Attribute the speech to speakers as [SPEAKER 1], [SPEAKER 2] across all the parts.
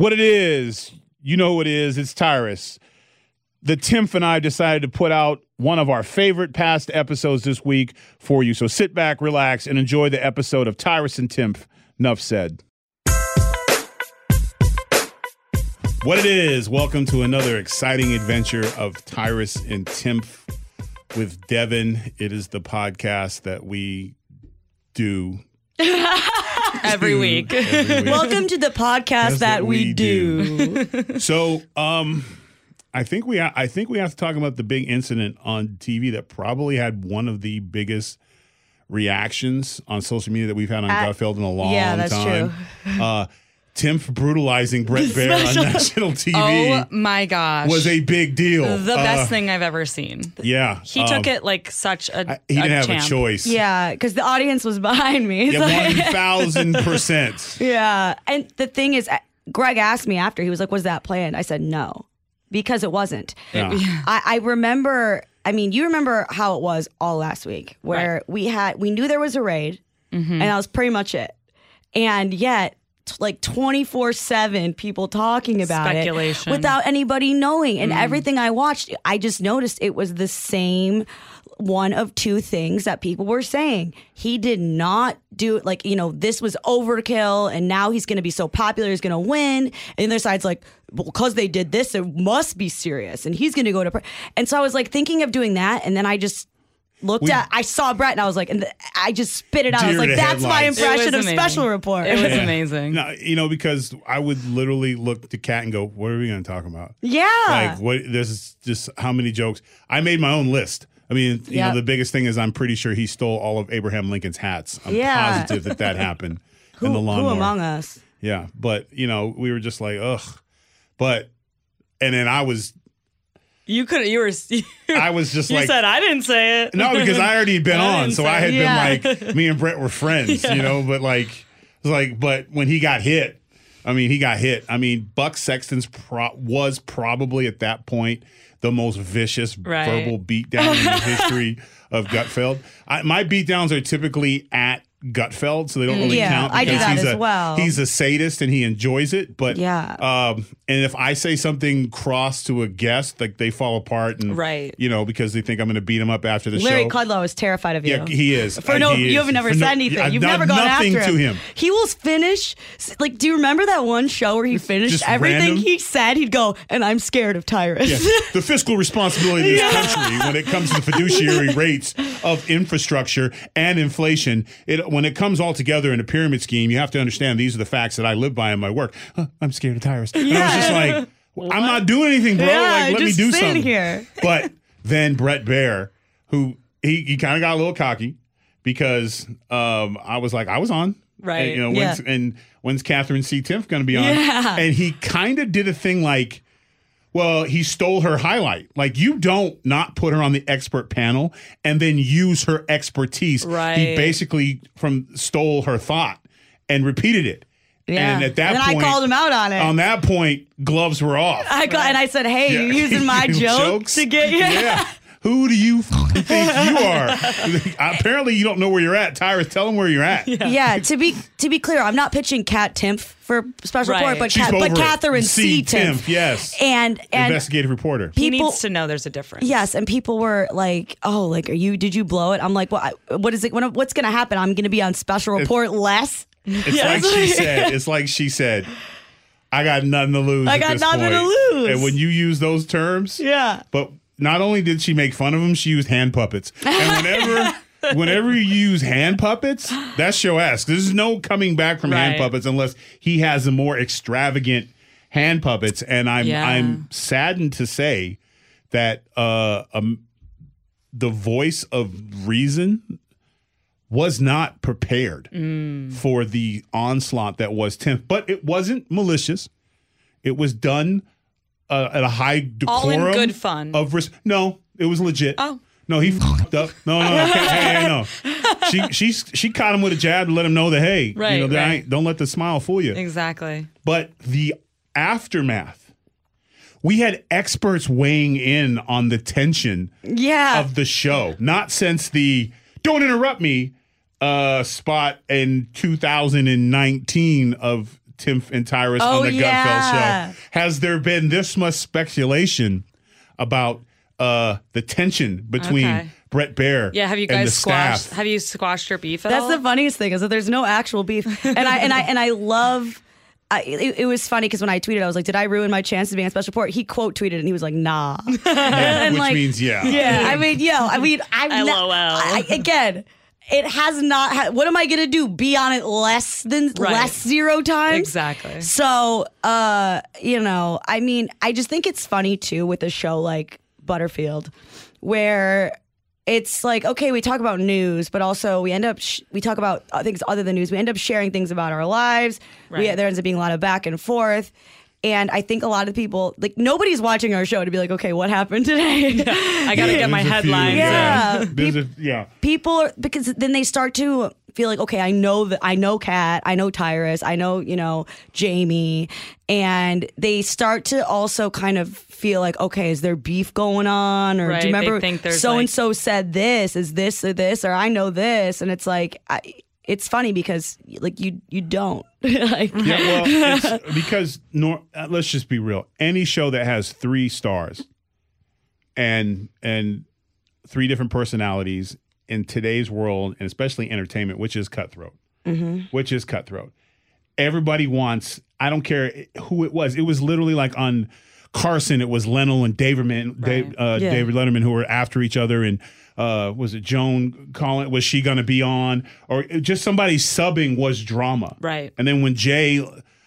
[SPEAKER 1] What it is, you know what it is, it's Tyrus. The Timf and I decided to put out one of our favorite past episodes this week for you. So sit back, relax, and enjoy the episode of Tyrus and Timf. Nuff said. What it is, welcome to another exciting adventure of Tyrus and Timf with Devin. It is the podcast that we do
[SPEAKER 2] every
[SPEAKER 1] do
[SPEAKER 2] week.
[SPEAKER 1] every week.
[SPEAKER 3] Welcome to the
[SPEAKER 1] That's
[SPEAKER 3] podcast that,
[SPEAKER 1] what
[SPEAKER 3] we,
[SPEAKER 1] we
[SPEAKER 3] do.
[SPEAKER 1] So, um, I think we I think we have to talk about the big incident on TV that probably had one of the biggest reactions on social media that we've had on
[SPEAKER 2] Uh,
[SPEAKER 3] I-
[SPEAKER 1] Gutfeld in a long
[SPEAKER 3] yeah, that's
[SPEAKER 1] time. Uh, Tim for brutalizing Brett Bear on
[SPEAKER 3] special-
[SPEAKER 1] national
[SPEAKER 2] Oh
[SPEAKER 1] TV
[SPEAKER 2] my gosh.
[SPEAKER 1] was a big deal.
[SPEAKER 2] the
[SPEAKER 1] Uh,
[SPEAKER 2] best thing I've ever seen.
[SPEAKER 1] Yeah, um,
[SPEAKER 2] He took it like such a.
[SPEAKER 1] He didn't have
[SPEAKER 2] champ.
[SPEAKER 1] a choice.
[SPEAKER 3] Yeah, because the audience was behind me. It's
[SPEAKER 1] yeah,
[SPEAKER 3] like-
[SPEAKER 1] one thousand percent.
[SPEAKER 3] yeah. And the thing is, I- Greg asked me after, he was like, Was that planned? I said, No, because it wasn't. I, I remember, I mean, you remember how it was all last week where we had, we knew there was a raid
[SPEAKER 2] Mm-hmm.
[SPEAKER 3] and that was pretty much it. And yet, t- like 24 7 people talking about
[SPEAKER 2] Speculation.
[SPEAKER 3] it without anybody knowing. And everything I watched, I just noticed it was the same one of two things that people were saying. He did not do it like, you know, this was overkill and now he's going to be so popular, he's going to win. And the other side's like, because they did this, it must be serious and he's going to go to. Pre-. And so I was like thinking of doing that. And then I just looked
[SPEAKER 1] We-
[SPEAKER 3] at, I saw Brett and I was like, and th- I just spit it out. I was
[SPEAKER 1] Deer
[SPEAKER 3] like,
[SPEAKER 1] to
[SPEAKER 3] that's my
[SPEAKER 1] headlights.
[SPEAKER 3] impression
[SPEAKER 2] It
[SPEAKER 3] of
[SPEAKER 2] was
[SPEAKER 3] special
[SPEAKER 2] amazing.
[SPEAKER 3] report.
[SPEAKER 2] It was amazing.
[SPEAKER 1] No, you know because I would literally look to Kat and go, "What are we going to talk about?"
[SPEAKER 3] yeah.
[SPEAKER 1] Like what? This is just how many jokes. I made my own list. I mean, you
[SPEAKER 3] Yeah.
[SPEAKER 1] know, the biggest thing is I'm pretty sure he stole all of Abraham Lincoln's hats. I'm
[SPEAKER 3] Yeah.
[SPEAKER 1] positive that that happened in
[SPEAKER 3] who,
[SPEAKER 1] the
[SPEAKER 3] who
[SPEAKER 1] lawnmower.
[SPEAKER 3] among us?
[SPEAKER 1] Yeah, but you know, we were just like, ugh. But and then I was,
[SPEAKER 2] You could. You were. You
[SPEAKER 1] I was just like,
[SPEAKER 2] said I didn't say it.
[SPEAKER 1] no, because I already had been
[SPEAKER 2] I
[SPEAKER 1] on,
[SPEAKER 2] didn't
[SPEAKER 1] so I had
[SPEAKER 2] say-
[SPEAKER 1] been like, me and Brett were friends, you know. But like, it was like, but when he got hit, I mean, he got hit. I mean, Buck Sexton's pro- was probably at that point the most vicious
[SPEAKER 2] Right.
[SPEAKER 1] verbal beatdown in the history of Gutfeld. I, my beatdowns are typically at Gutfeld, so they don't really
[SPEAKER 3] Mm, Yeah,
[SPEAKER 1] count.
[SPEAKER 3] I do
[SPEAKER 1] because
[SPEAKER 3] that
[SPEAKER 1] he's
[SPEAKER 3] as
[SPEAKER 1] a,
[SPEAKER 3] well.
[SPEAKER 1] He's a sadist and he enjoys it, but
[SPEAKER 3] Yeah.
[SPEAKER 1] Um, and if I say something cross to a guest, like they fall apart and
[SPEAKER 2] Right.
[SPEAKER 1] you know, because they think I'm going to beat him up after the
[SPEAKER 3] Larry
[SPEAKER 1] show.
[SPEAKER 3] Kudlow is terrified of you.
[SPEAKER 1] Yeah, he is.
[SPEAKER 3] For no,
[SPEAKER 1] He is.
[SPEAKER 3] you have never
[SPEAKER 1] For no-
[SPEAKER 3] said anything.
[SPEAKER 1] I've
[SPEAKER 3] You've
[SPEAKER 1] done
[SPEAKER 3] never gone
[SPEAKER 1] nothing
[SPEAKER 3] after him.
[SPEAKER 1] to him.
[SPEAKER 3] He will finish. Like, do you remember that one show where he finished
[SPEAKER 1] just
[SPEAKER 3] everything
[SPEAKER 1] random.
[SPEAKER 3] he said? He'd go, and I'm scared of Tyrus.
[SPEAKER 1] Yeah. the fiscal responsibility of this country when it comes to the fiduciary rates of infrastructure and inflation. It when it comes all together in a pyramid scheme, you have to understand these are the facts that I live by in my work. Huh, I'm scared of tyrus. And I was just like, I'm not doing anything, bro.
[SPEAKER 3] Yeah,
[SPEAKER 1] like, let
[SPEAKER 3] just
[SPEAKER 1] me do
[SPEAKER 3] sit
[SPEAKER 1] something
[SPEAKER 3] here.
[SPEAKER 1] But then Brett Bear, who he, he kind of got a little cocky because um, I was like, I was on.
[SPEAKER 2] Right.
[SPEAKER 1] And, you know, when's, and when's Catherine C. Timpf going to be on?
[SPEAKER 3] Yeah.
[SPEAKER 1] And he kind of did a thing like, well, he stole her highlight. Like you don't not put her on the expert panel and then use her expertise. He
[SPEAKER 2] Right.
[SPEAKER 1] basically from stole her thought and repeated it.
[SPEAKER 3] Yeah.
[SPEAKER 1] And at that
[SPEAKER 3] Then I
[SPEAKER 1] point,
[SPEAKER 3] called him out on it.
[SPEAKER 1] On that point, gloves were off.
[SPEAKER 3] I got, and I said, "Hey,
[SPEAKER 1] Yeah.
[SPEAKER 3] you're using my
[SPEAKER 1] You
[SPEAKER 3] joke
[SPEAKER 1] jokes?
[SPEAKER 3] to get you."
[SPEAKER 1] yeah. Who do you f- think you are? Apparently, you don't know where you're at. Tyrus, tell him where you're at.
[SPEAKER 3] Yeah, to be to be clear, I'm not pitching Kat Timpf for special
[SPEAKER 2] Right.
[SPEAKER 3] report, but
[SPEAKER 1] She's
[SPEAKER 3] Kat,
[SPEAKER 1] over
[SPEAKER 3] but
[SPEAKER 1] it.
[SPEAKER 3] Catherine C. Timpf.
[SPEAKER 1] Yes.
[SPEAKER 3] And and
[SPEAKER 1] Investigative reporter.
[SPEAKER 2] He
[SPEAKER 3] people
[SPEAKER 2] needs to know there's a difference.
[SPEAKER 3] Yes, and people were like, "Oh, like, are you? Did you blow it?" I'm like, "Well, I, what is it? What, what's going to happen? I'm going to be on special report less."
[SPEAKER 1] It's like she said. It's like she said. I got nothing to lose.
[SPEAKER 3] I
[SPEAKER 1] at
[SPEAKER 3] got
[SPEAKER 1] this
[SPEAKER 3] nothing to
[SPEAKER 1] point."
[SPEAKER 3] lose.
[SPEAKER 1] And when you use those terms,
[SPEAKER 3] Yeah.
[SPEAKER 1] But not only did she make fun of them, she used hand puppets. And whenever. Whenever you use hand puppets, that's your ass. There's no coming back from hand
[SPEAKER 2] Right.
[SPEAKER 1] puppets unless he has a more extravagant hand puppets. And I'm
[SPEAKER 2] Yeah.
[SPEAKER 1] I'm saddened to say that uh, um, the voice of reason was not
[SPEAKER 2] Mm.
[SPEAKER 1] prepared for the onslaught that was Tim. But it wasn't malicious. It was done uh, at a high decorum.
[SPEAKER 2] All in good fun.
[SPEAKER 1] Of res- no, it was legit.
[SPEAKER 2] Oh.
[SPEAKER 1] No, he fucked up. No, no, okay, hey, hey, no. She, she, she caught him with a jab to let him know that hey,
[SPEAKER 2] Right,
[SPEAKER 1] you know, that I
[SPEAKER 2] right.
[SPEAKER 1] ain't- don't let the smile fool you.
[SPEAKER 2] Exactly.
[SPEAKER 1] But the aftermath, we had experts weighing in on the tension
[SPEAKER 3] Yeah.
[SPEAKER 1] of the show. Not since the "Don't interrupt me" uh, spot in 2019 of Tim and Tyrus
[SPEAKER 3] Oh,
[SPEAKER 1] on the
[SPEAKER 3] yeah.
[SPEAKER 1] Gutfeld show has there been this much speculation about uh, the tension between
[SPEAKER 2] Okay.
[SPEAKER 1] Brett Baer.
[SPEAKER 2] Yeah. Have you
[SPEAKER 1] and the
[SPEAKER 2] guys squashed?
[SPEAKER 1] staff.
[SPEAKER 2] Have you squashed your beef at
[SPEAKER 3] That's
[SPEAKER 2] all?
[SPEAKER 3] the funniest thing is that there's no actual beef, and I and I and I love. I, it, it was funny because when I tweeted, I was like, "Did I ruin my chance to be on special report?" He quote tweeted, and he was like, "Nah."
[SPEAKER 1] Yeah,
[SPEAKER 3] and
[SPEAKER 1] which
[SPEAKER 3] like-
[SPEAKER 1] means yeah.
[SPEAKER 3] Yeah, I mean, yo, I mean, I'm not-
[SPEAKER 2] LOL.
[SPEAKER 3] I, again, it has not. Ha- what am I gonna do? Be on it less than
[SPEAKER 2] Right.
[SPEAKER 3] less zero times?
[SPEAKER 2] Exactly.
[SPEAKER 3] So, uh, you know, I mean, I just think it's funny too with a show like Butterfield, where it's like okay, we talk about news, but also we end up sh- we talk about uh, things other than news. We end up sharing things about our lives. We,
[SPEAKER 2] Right.
[SPEAKER 3] there ends up being a lot of back and forth. And I think a lot of people like nobody's watching our show to be like, okay, what happened today?
[SPEAKER 2] I gotta get my
[SPEAKER 1] There's a few,
[SPEAKER 2] headlines.
[SPEAKER 3] Yeah.
[SPEAKER 1] There's a, yeah.
[SPEAKER 3] people are because then they start to feel like okay i know that i know kat i know tyrus i know you know jamie and they start to also kind of feel like okay is there beef going on or
[SPEAKER 2] Right,
[SPEAKER 3] do
[SPEAKER 2] they
[SPEAKER 3] you remember
[SPEAKER 2] think there's,
[SPEAKER 3] so and so said this is this or this or i know this and it's like I, it's funny because like you you don't like
[SPEAKER 1] Yeah, well, it's because nor, uh, let's just be real. Any show that has three stars and and three different personalities in today's world, and especially entertainment, which is cutthroat, which is cutthroat. Everybody wants. I don't care who it was. It was literally like on Carson. It was Leno and Daverman, Dave, uh,
[SPEAKER 3] Yeah.
[SPEAKER 1] David Letterman, who were after each other. And uh, was it Joan Collins? Was she going to be on? Or just somebody subbing was drama.
[SPEAKER 2] Right.
[SPEAKER 1] And then when Jay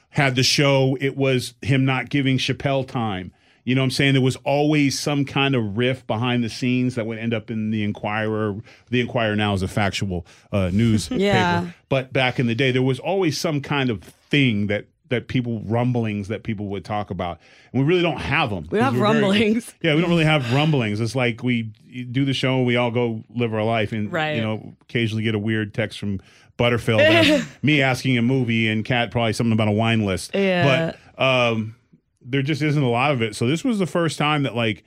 [SPEAKER 1] had the show, it was him not giving Chappelle time. You know what I'm saying? There was always some kind of riff behind the scenes that would end up in the Inquirer. The Inquirer now is a factual uh, newspaper.
[SPEAKER 3] Yeah.
[SPEAKER 1] But back in the day, there was always some kind of thing that that people rumblings that people would talk about. And we really don't have them.
[SPEAKER 3] We don't have rumblings.
[SPEAKER 1] yeah, we don't really have rumblings. It's like we do the show, we all go live our life, and
[SPEAKER 2] Right.
[SPEAKER 1] you know, occasionally get a weird text from Butterfield, and me asking a movie, and Kat probably something about a wine list.
[SPEAKER 3] Yeah.
[SPEAKER 1] But um, there just isn't a lot of it. So this was the first time that like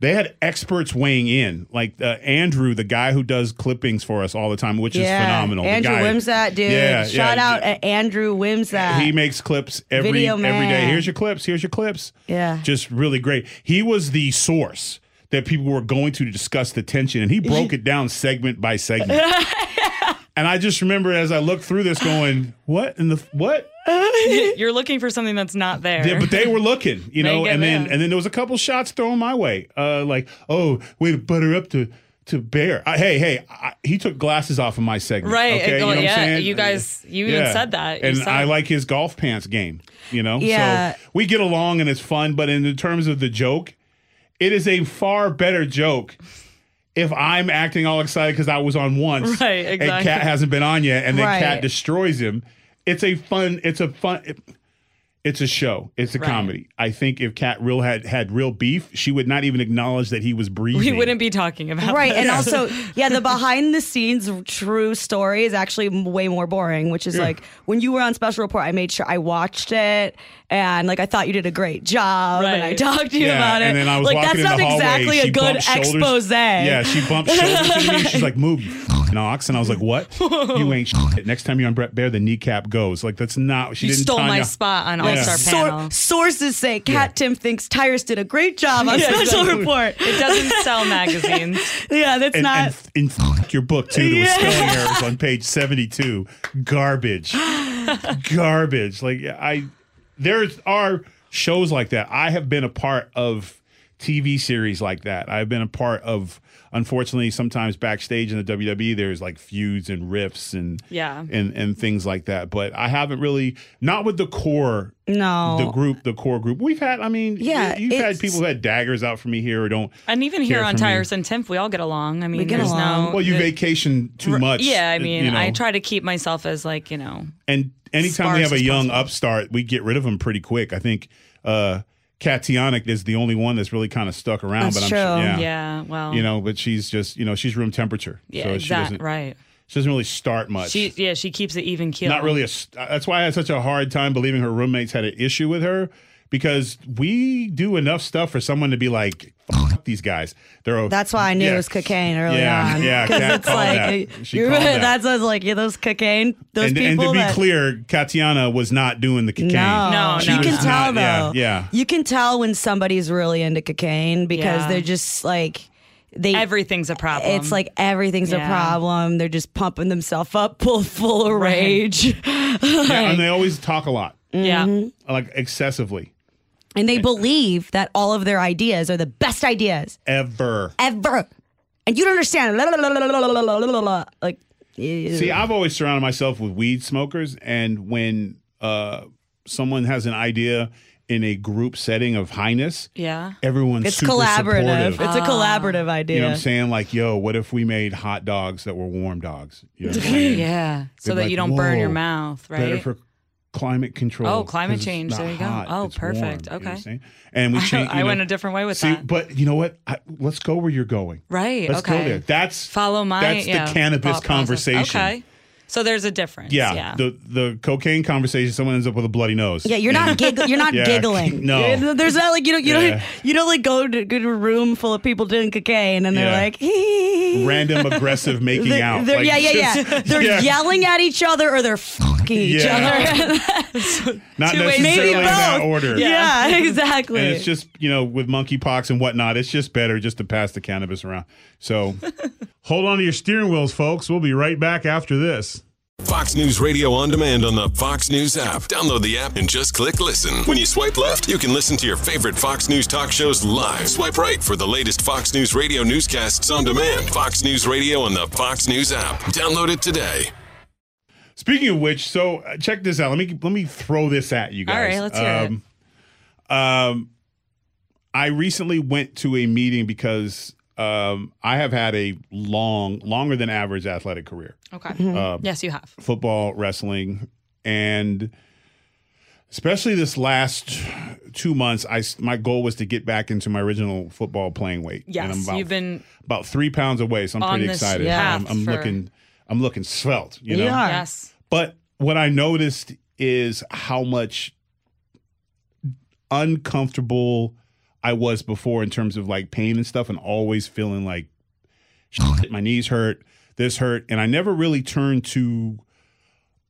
[SPEAKER 1] they had experts weighing in, like uh, Andrew, the guy who does clippings for us all the time, which is phenomenal. The
[SPEAKER 3] andrew
[SPEAKER 1] guy-
[SPEAKER 3] wimsat dude
[SPEAKER 1] Yeah,
[SPEAKER 3] shout
[SPEAKER 1] yeah.
[SPEAKER 3] out to andrew wimsat
[SPEAKER 1] He makes clips every
[SPEAKER 3] Video
[SPEAKER 1] every day.
[SPEAKER 3] man.
[SPEAKER 1] Here's your clips. Here's your clips.
[SPEAKER 3] Yeah.
[SPEAKER 1] just really great. He was the source that people were going to to discuss the tension, and he broke it down segment by segment. and I just remember as I looked through this, going, "What in the f- what?"
[SPEAKER 2] You're looking for something that's not there.
[SPEAKER 1] Yeah, but they were looking, you know,
[SPEAKER 2] Make it
[SPEAKER 1] and then
[SPEAKER 2] live.
[SPEAKER 1] and then there was a couple shots thrown my way, uh, like, "Oh, way to butter up to." To bear, I, hey, hey, I, he took glasses off of my segment.
[SPEAKER 2] Right.
[SPEAKER 1] Okay, you know
[SPEAKER 2] Well,
[SPEAKER 1] what I'm
[SPEAKER 2] yeah,
[SPEAKER 1] saying?
[SPEAKER 2] you guys- you even said that. You
[SPEAKER 1] and
[SPEAKER 2] said
[SPEAKER 1] I
[SPEAKER 2] it.
[SPEAKER 1] like. like his golf pants game, you know?
[SPEAKER 3] Yeah.
[SPEAKER 1] So we get along and it's fun, but in the terms of the joke, it is a far better joke if I'm acting all excited because I was on once
[SPEAKER 2] Right,
[SPEAKER 1] and
[SPEAKER 2] exactly.
[SPEAKER 1] Cat hasn't been on yet, and then
[SPEAKER 3] Right.
[SPEAKER 1] Cat destroys him. It's a fun, it's a fun it's a show. It's a
[SPEAKER 2] Right.
[SPEAKER 1] comedy. I think if Cat real had had real beef, she would not even acknowledge that he was breathing.
[SPEAKER 2] we wouldn't be talking about
[SPEAKER 3] right
[SPEAKER 2] this.
[SPEAKER 3] and also yeah the behind the scenes true story is actually m- way more boring which is like when you were on special report i made sure i watched it and like i thought you did a great job and i
[SPEAKER 2] Right.
[SPEAKER 3] talked to you
[SPEAKER 1] Yeah,
[SPEAKER 3] about it
[SPEAKER 1] And then I was
[SPEAKER 3] like
[SPEAKER 1] walking
[SPEAKER 3] that's
[SPEAKER 1] in
[SPEAKER 3] not
[SPEAKER 1] the hallway,
[SPEAKER 3] exactly
[SPEAKER 1] she
[SPEAKER 3] a good
[SPEAKER 1] bumped shoulders-
[SPEAKER 3] expose
[SPEAKER 1] Yeah, she bumped shoulders to me. She's like, "Move, you f***ing ox," and I was like, "What? You ain't shit. Next time you're on Brett Bear, the kneecap goes. Like that's not. She
[SPEAKER 2] You
[SPEAKER 1] didn't
[SPEAKER 2] stole my
[SPEAKER 1] Tanya-
[SPEAKER 2] spot on All Star
[SPEAKER 3] Sor-
[SPEAKER 2] Panel.
[SPEAKER 3] sources say cat tim thinks tyrus did a great job on special report
[SPEAKER 2] It doesn't sell magazines.
[SPEAKER 3] yeah that's
[SPEAKER 1] And,
[SPEAKER 3] not
[SPEAKER 1] and, and f- your book too. There was
[SPEAKER 3] Yeah.
[SPEAKER 1] spelling errors on page seventy-two. Garbage, garbage. Like I, there are shows like that. I have been a part of TV series like that. I've been a part of, unfortunately, sometimes backstage in the WWE, there's like feuds and riffs and
[SPEAKER 2] Yeah.
[SPEAKER 1] and and things like that. But I haven't really, not with the core,
[SPEAKER 3] No.
[SPEAKER 1] the group, the core group. We've had, I mean,
[SPEAKER 3] Yeah,
[SPEAKER 1] you- you've had
[SPEAKER 3] it's-
[SPEAKER 1] people who had daggers out for me here or don't.
[SPEAKER 2] And even
[SPEAKER 1] care
[SPEAKER 2] here on
[SPEAKER 1] for me.
[SPEAKER 2] Tires and Temp, we all get along. I mean,
[SPEAKER 3] get
[SPEAKER 2] there's
[SPEAKER 3] along.
[SPEAKER 2] no.
[SPEAKER 1] Well, you
[SPEAKER 2] the-
[SPEAKER 1] vacation too much.
[SPEAKER 2] Yeah, I mean,
[SPEAKER 1] you know.
[SPEAKER 2] I try to keep myself as like you know.
[SPEAKER 1] And anytime
[SPEAKER 2] sparse
[SPEAKER 1] we have a
[SPEAKER 2] as
[SPEAKER 1] young
[SPEAKER 2] possible.
[SPEAKER 1] upstart, we get rid of them pretty quick. I think uh Katiana is the only one that's really kind of stuck around. but
[SPEAKER 3] That's
[SPEAKER 1] I'm
[SPEAKER 3] true.
[SPEAKER 1] Sure, yeah.
[SPEAKER 2] Yeah. well.
[SPEAKER 1] You know, but she's just you know she's room temperature.
[SPEAKER 2] Yeah.
[SPEAKER 1] so she
[SPEAKER 2] exactly.
[SPEAKER 1] doesn't
[SPEAKER 2] Right.
[SPEAKER 1] she doesn't really start much.
[SPEAKER 2] She yeah she keeps it even keel.
[SPEAKER 1] Not really a. s- That's why I had such a hard time believing her roommates had an issue with her because we do enough stuff for someone to be like. Fuck these guys. They're o-
[SPEAKER 3] That's why I knew
[SPEAKER 1] Yeah.
[SPEAKER 3] it was cocaine early
[SPEAKER 1] Yeah,
[SPEAKER 3] on.
[SPEAKER 1] yeah, Kat
[SPEAKER 3] because it's
[SPEAKER 1] called
[SPEAKER 3] like
[SPEAKER 1] that. She
[SPEAKER 3] you're
[SPEAKER 1] called that.
[SPEAKER 3] that's I was like, yeah, those cocaine, those
[SPEAKER 1] and, and
[SPEAKER 3] people.
[SPEAKER 1] to be
[SPEAKER 3] that,
[SPEAKER 1] clear, Katiana was not doing the cocaine.
[SPEAKER 3] No,
[SPEAKER 2] No,
[SPEAKER 3] you
[SPEAKER 2] no,
[SPEAKER 3] can
[SPEAKER 2] no.
[SPEAKER 3] tell
[SPEAKER 1] Not- yeah,
[SPEAKER 3] though.
[SPEAKER 1] yeah.
[SPEAKER 3] you can tell when somebody's really into cocaine because
[SPEAKER 2] Yeah.
[SPEAKER 3] they're just like they.
[SPEAKER 2] Everything's a problem.
[SPEAKER 3] it's like everything's a
[SPEAKER 2] Yeah.
[SPEAKER 3] problem. They're just pumping themselves up, full full of rage,
[SPEAKER 1] Yeah, and they always talk a lot,
[SPEAKER 2] yeah.
[SPEAKER 1] like excessively.
[SPEAKER 3] and they believe that all of their ideas are the best ideas
[SPEAKER 1] Ever.
[SPEAKER 3] ever. And you don't understand. La, la, la, la, la, la, la, la, la, la. Like, ew.
[SPEAKER 1] See, I've always surrounded myself with weed smokers, and when uh, someone has an idea in a group setting of highness,
[SPEAKER 2] Yeah. Oh,
[SPEAKER 1] everyone's
[SPEAKER 3] it's
[SPEAKER 1] super
[SPEAKER 3] collaborative.
[SPEAKER 1] supportive.
[SPEAKER 3] It's a collaborative idea.
[SPEAKER 1] you know what I'm saying? Like, yo, what if we made hot dogs that were warm dogs? You know what I'm saying?
[SPEAKER 2] Yeah. So
[SPEAKER 1] They're
[SPEAKER 2] that
[SPEAKER 1] like,
[SPEAKER 2] you don't burn your
[SPEAKER 1] "Whoa,
[SPEAKER 2] mouth,
[SPEAKER 1] Better
[SPEAKER 2] right?
[SPEAKER 1] for climate control.
[SPEAKER 2] Oh, climate
[SPEAKER 1] 'cause it's
[SPEAKER 2] change.
[SPEAKER 1] not
[SPEAKER 2] There you go.
[SPEAKER 1] hot,
[SPEAKER 2] Oh,
[SPEAKER 1] it's warm,"
[SPEAKER 2] perfect.
[SPEAKER 1] you know what I'm
[SPEAKER 2] Okay.
[SPEAKER 1] saying? And we changed.
[SPEAKER 2] I went a different way with
[SPEAKER 1] see,
[SPEAKER 2] that.
[SPEAKER 1] But you know what? I, let's go where you're going.
[SPEAKER 2] Right.
[SPEAKER 1] Let's
[SPEAKER 2] okay.
[SPEAKER 1] go there. That's
[SPEAKER 2] Follow my.
[SPEAKER 1] That's
[SPEAKER 2] yeah,
[SPEAKER 1] the cannabis
[SPEAKER 2] thought process.
[SPEAKER 1] conversation.
[SPEAKER 2] Okay. So there's a difference.
[SPEAKER 1] Yeah,
[SPEAKER 2] Yeah.
[SPEAKER 1] The the cocaine conversation. Someone ends up with a bloody nose.
[SPEAKER 3] Yeah, you're not gigg- you're not
[SPEAKER 1] Yeah.
[SPEAKER 3] giggling.
[SPEAKER 1] No.
[SPEAKER 3] You're- there's not like you don't you
[SPEAKER 1] Yeah.
[SPEAKER 3] don't you don't like go to, go to a room full of people doing cocaine and they're
[SPEAKER 1] Yeah.
[SPEAKER 3] like hee.
[SPEAKER 1] Random aggressive making
[SPEAKER 3] They're,
[SPEAKER 1] out.
[SPEAKER 3] they're-
[SPEAKER 1] Like,
[SPEAKER 3] yeah, yeah,
[SPEAKER 1] just-
[SPEAKER 3] yeah. They're yelling at each other or they're fucking each
[SPEAKER 1] Yeah.
[SPEAKER 3] other.
[SPEAKER 1] Not
[SPEAKER 2] ways.
[SPEAKER 1] necessarily
[SPEAKER 3] Maybe
[SPEAKER 1] in
[SPEAKER 3] both.
[SPEAKER 1] that order.
[SPEAKER 3] Yeah, exactly.
[SPEAKER 1] And it's just you know with monkeypox and whatnot, it's just better just to pass the cannabis around. So hold on to your steering wheels, folks. We'll be right back after this.
[SPEAKER 4] Fox News Radio on demand on the Fox News app. Download the app and just click listen. When you swipe left, you can listen to your favorite Fox News talk shows live. Swipe right for the latest Fox News Radio newscasts on demand. Fox News Radio on the Fox News app. Download it today.
[SPEAKER 1] Speaking of which, so uh, check this out. Let me let me throw this at you guys.
[SPEAKER 2] All right, let's hear it.
[SPEAKER 1] it. Um, I recently went to a meeting because um, I have had a long, longer than average athletic career.
[SPEAKER 2] Okay. yes, you have.
[SPEAKER 1] football, wrestling, and especially this last two months, I s- my goal was to get back into my original football playing weight. And I'm
[SPEAKER 2] Yes,
[SPEAKER 1] about,
[SPEAKER 2] you've been.
[SPEAKER 1] about three pounds away, so I'm
[SPEAKER 2] on
[SPEAKER 1] pretty
[SPEAKER 2] this
[SPEAKER 1] excited.
[SPEAKER 2] path
[SPEAKER 1] I'm, I'm
[SPEAKER 2] for-
[SPEAKER 1] looking, I'm looking svelte. You know,
[SPEAKER 3] You are.
[SPEAKER 2] Yes.
[SPEAKER 1] but what I noticed is how much uncomfortable I was before in terms of like pain and stuff, and always feeling like shit, my knees hurt, this hurt, and I never really turned to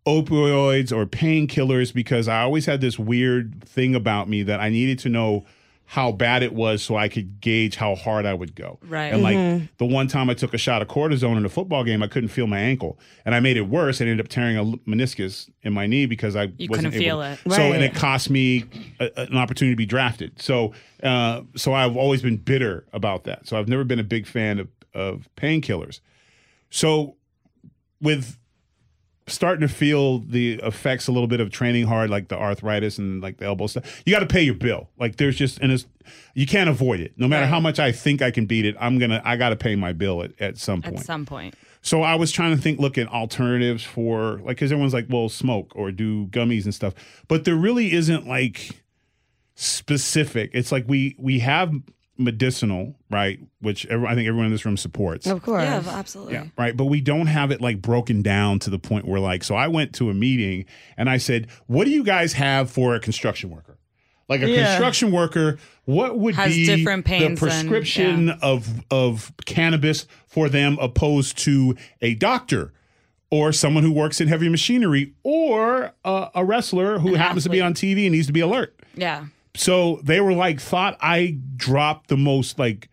[SPEAKER 1] opioids or painkillers because I always had this weird thing about me that I needed to know how bad it was so I could gauge how hard I would go.
[SPEAKER 2] Right.
[SPEAKER 1] And like the one time I took a shot of cortisone in a football game, I couldn't feel my ankle, and I made it worse. and ended up tearing a l- meniscus in my knee because I
[SPEAKER 2] You
[SPEAKER 1] wasn't
[SPEAKER 2] couldn't feel
[SPEAKER 1] able-
[SPEAKER 2] it.
[SPEAKER 1] So
[SPEAKER 3] Right.
[SPEAKER 1] and it cost me a, a- an opportunity to be drafted. So uh, so I've always been bitter about that. So I've never been a big fan of, of painkillers. So with starting to feel the effects a little bit of training hard, like the arthritis and like the elbow stuff. You got to pay your bill. Like there's just and it's you can't avoid it. No matter how much I think I can beat it, I'm gonna I got to pay my bill at, at some
[SPEAKER 2] At
[SPEAKER 1] point.
[SPEAKER 2] some point.
[SPEAKER 1] so I was trying to think, look at alternatives for like because everyone's like, well, smoke or do gummies and stuff, but there really isn't like specific. It's like we we have medicinal right, which every, I think everyone in this room supports.
[SPEAKER 3] of course.
[SPEAKER 2] Yeah, absolutely.
[SPEAKER 1] Yeah, right. But we don't have it like broken down to the point where like, so I went to a meeting and I said, what do you guys have for a construction worker? Like a
[SPEAKER 3] Yeah.
[SPEAKER 1] construction worker, what would
[SPEAKER 2] Has
[SPEAKER 1] be
[SPEAKER 2] different
[SPEAKER 1] the
[SPEAKER 2] pains and-
[SPEAKER 1] prescription of of cannabis for them opposed to a doctor or someone who works in heavy machinery or uh, a wrestler who happens to be on TV and needs to be alert?
[SPEAKER 2] Yeah.
[SPEAKER 1] So they were like, thought I dropped the most like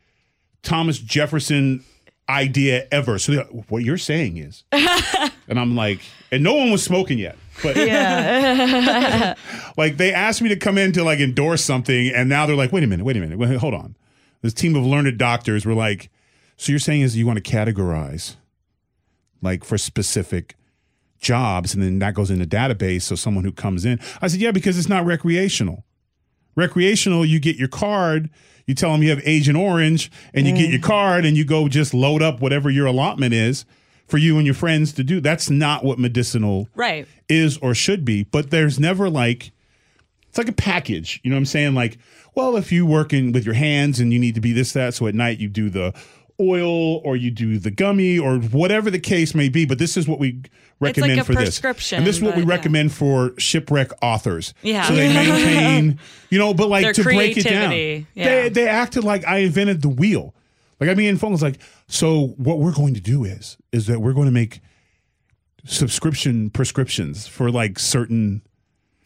[SPEAKER 1] Thomas Jefferson idea ever. So they're like, what you're saying is, and I'm like, and no one was smoking yet, but like they asked me to come in to like endorse something, and now they're like, wait a minute, wait a minute, wait, hold on. this team of learned doctors were like, so you're saying is you want to categorize like for specific jobs and then that goes in the database so someone who comes in i said yeah because it's not recreational recreational you get your card you tell them you have agent orange and you
[SPEAKER 2] Mm.
[SPEAKER 1] get your card and you go just load up whatever your allotment is for you and your friends to do that's not what medicinal
[SPEAKER 2] Right.
[SPEAKER 1] is or should be but there's never like it's like a package you know what i'm saying like well if you work in with your hands and you need to be this that so at night you do the oil or you do the gummy or whatever the case may be but this is what we recommend
[SPEAKER 2] a
[SPEAKER 1] for this
[SPEAKER 2] prescription,
[SPEAKER 1] and this is what we
[SPEAKER 2] but, yeah.
[SPEAKER 1] recommend for shipwreck authors
[SPEAKER 2] Yeah.
[SPEAKER 1] so they maintain you know but like
[SPEAKER 2] Their
[SPEAKER 1] to break it down
[SPEAKER 2] creativity,
[SPEAKER 1] they,
[SPEAKER 2] yeah.
[SPEAKER 1] they acted like i invented the wheel like i mean phone was like so what we're going to do is is that we're going to make subscription prescriptions for like certain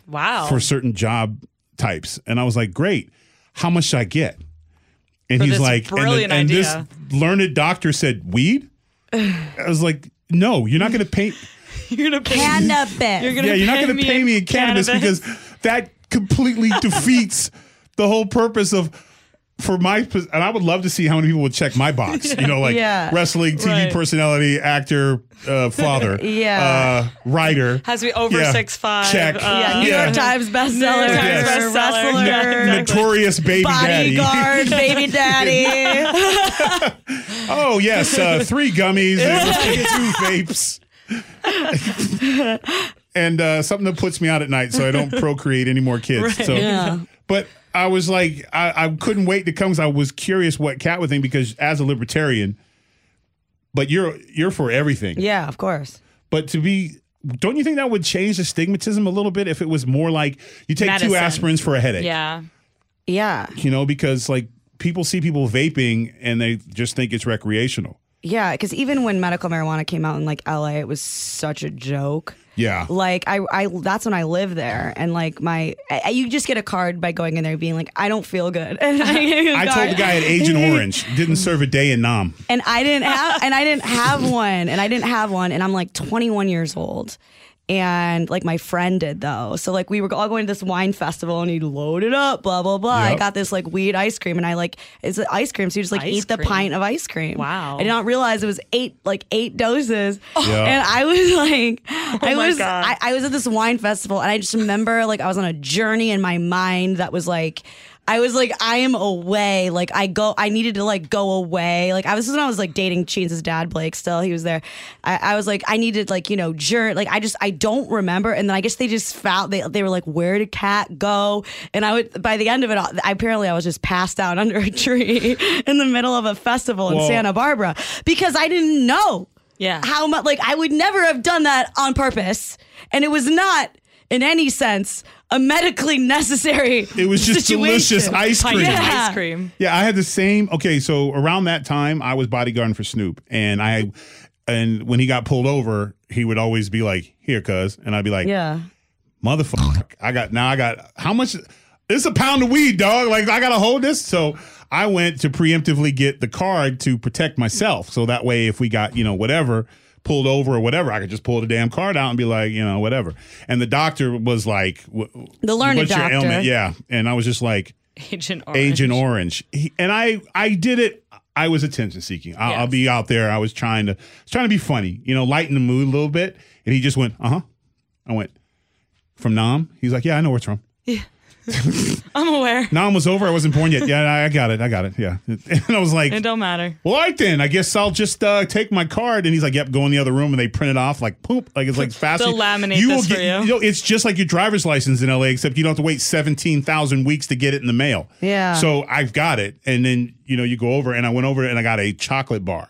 [SPEAKER 2] Wow.
[SPEAKER 1] for certain job types. And I was like, great. How much should I get? And
[SPEAKER 2] For
[SPEAKER 1] he's
[SPEAKER 2] this
[SPEAKER 1] like, and,
[SPEAKER 2] brilliant
[SPEAKER 1] and this
[SPEAKER 2] idea.
[SPEAKER 1] learned doctor said, weed? I was like, no, you're not going to paint.
[SPEAKER 2] you're gonna pay. You're
[SPEAKER 3] Cannabis.
[SPEAKER 2] gonna
[SPEAKER 1] Yeah, you're not
[SPEAKER 2] pay
[SPEAKER 1] going to
[SPEAKER 2] me
[SPEAKER 1] pay
[SPEAKER 2] in
[SPEAKER 1] me in cannabis, because that completely defeats the whole purpose of. For my, pos- and I would love to see how many people would check my box. You know, like
[SPEAKER 3] Yeah.
[SPEAKER 1] wrestling, TV
[SPEAKER 2] Right.
[SPEAKER 1] personality, actor, uh, father,
[SPEAKER 3] Yeah.
[SPEAKER 1] uh, writer.
[SPEAKER 2] Has to be over
[SPEAKER 1] Yeah.
[SPEAKER 2] 6'5",
[SPEAKER 1] Check.
[SPEAKER 2] uh,
[SPEAKER 3] Yeah, New
[SPEAKER 1] Yeah.
[SPEAKER 3] York Times bestseller,
[SPEAKER 2] Times
[SPEAKER 1] Yes.
[SPEAKER 2] bestseller.
[SPEAKER 3] wrestler,
[SPEAKER 2] Yeah, exactly.
[SPEAKER 1] Notorious baby daddy.
[SPEAKER 3] bodyguard, baby daddy.
[SPEAKER 1] Oh yes, uh, three gummies and two vapes, and uh, something that puts me out at night so I don't procreate any more kids. So, but I was like, I, I couldn't wait to come. 'cause I was curious what Cat would think because as a libertarian, but you're you're for everything.
[SPEAKER 3] yeah, of course.
[SPEAKER 1] But to be, don't you think that would change the stigmatism a little bit if it was more like you take two
[SPEAKER 2] Medicine.
[SPEAKER 1] aspirins for a headache?
[SPEAKER 2] Yeah.
[SPEAKER 3] Yeah,
[SPEAKER 1] you know, because like people see people vaping and they just think it's recreational.
[SPEAKER 3] yeah. Because even when medical marijuana came out in like LA, it was such a joke.
[SPEAKER 1] Yeah.
[SPEAKER 3] Like I, I that's when I live there, and like my, I, you just get a card by going in there being like, I don't feel good. And I, get a
[SPEAKER 1] I
[SPEAKER 3] card.
[SPEAKER 1] told the guy at Agent Orange didn't serve a day in Nam.
[SPEAKER 3] and I didn't have and I didn't have one and I didn't have one and I'm like 21 years old and like my friend did though so like we were all going to this wine festival and he loaded up blah blah blah I
[SPEAKER 1] Yep.
[SPEAKER 3] got this like weed ice cream and I like it's ice cream so you just like
[SPEAKER 2] Ice
[SPEAKER 3] eat the
[SPEAKER 2] cream.
[SPEAKER 3] pint of ice cream
[SPEAKER 2] Wow.
[SPEAKER 3] I did not realize it was eight like eight doses
[SPEAKER 1] Yeah.
[SPEAKER 3] and I was like I
[SPEAKER 2] Oh my
[SPEAKER 3] was
[SPEAKER 2] God.
[SPEAKER 3] I, I was at this wine festival and I just remember like I was on a journey in my mind that was like I was like I am away like I go I needed to like go away like I was this is when I was like dating Chains' dad Blake still he was there I, I was like I needed like you know journey like I just I don't remember and then I guess they just found they, they were like where did cat go and I would by the end of it all, I, apparently I was just passed out under a tree in the middle of a festival in
[SPEAKER 1] Well-
[SPEAKER 3] Santa Barbara because I didn't know
[SPEAKER 2] Yeah.
[SPEAKER 3] how much like I would never have done that on purpose, and it was not in any sense a medically necessary.
[SPEAKER 1] It was just delicious ice
[SPEAKER 2] Pint
[SPEAKER 1] cream.
[SPEAKER 2] of
[SPEAKER 1] Yeah.
[SPEAKER 3] Yeah.
[SPEAKER 2] ice cream.
[SPEAKER 1] I had the same. Okay, so around that time, I was bodyguarding for Snoop, and I, and when he got pulled over, he would always be like, "Here, cuz," and I'd be like,
[SPEAKER 3] Yeah,
[SPEAKER 1] motherfucker. I got now I got how much it's a pound of weed, dog. Like I gotta hold this. So I went to preemptively get the card to protect myself. So that way if we got, you know, whatever pulled over or whatever, I could just pull the damn card out and be like, you know, whatever. And the doctor was like wh-
[SPEAKER 3] The learned
[SPEAKER 1] what's your
[SPEAKER 3] doctor.
[SPEAKER 1] ailment? Yeah. And I was just like,
[SPEAKER 2] Agent Orange.
[SPEAKER 1] Agent Orange. He, and I I did it. I was attention seeking. I, I'll
[SPEAKER 2] Yes.
[SPEAKER 1] be out there. I was trying to I was trying to be funny, you know, lighten the mood a little bit. And he just went, uh huh. I went from Nam. He's like, yeah, I know where it's from.
[SPEAKER 2] I'm aware.
[SPEAKER 1] Nam was over. I wasn't born yet. Yeah, I I got it. I got it. Yeah. And I was like,
[SPEAKER 2] It don't matter.
[SPEAKER 1] well, all right then. I guess I'll just uh, take my card. And he's like, yep, go in the other room. And they print it off like poop. Like it's like fast.
[SPEAKER 2] They'll laminate this for you.
[SPEAKER 1] know, it's just like your driver's license in LA, except you don't have to wait 17,000 weeks to get it in the mail.
[SPEAKER 3] Yeah.
[SPEAKER 1] So I've got it. And then, you know, you go over and I went over and I got a chocolate bar.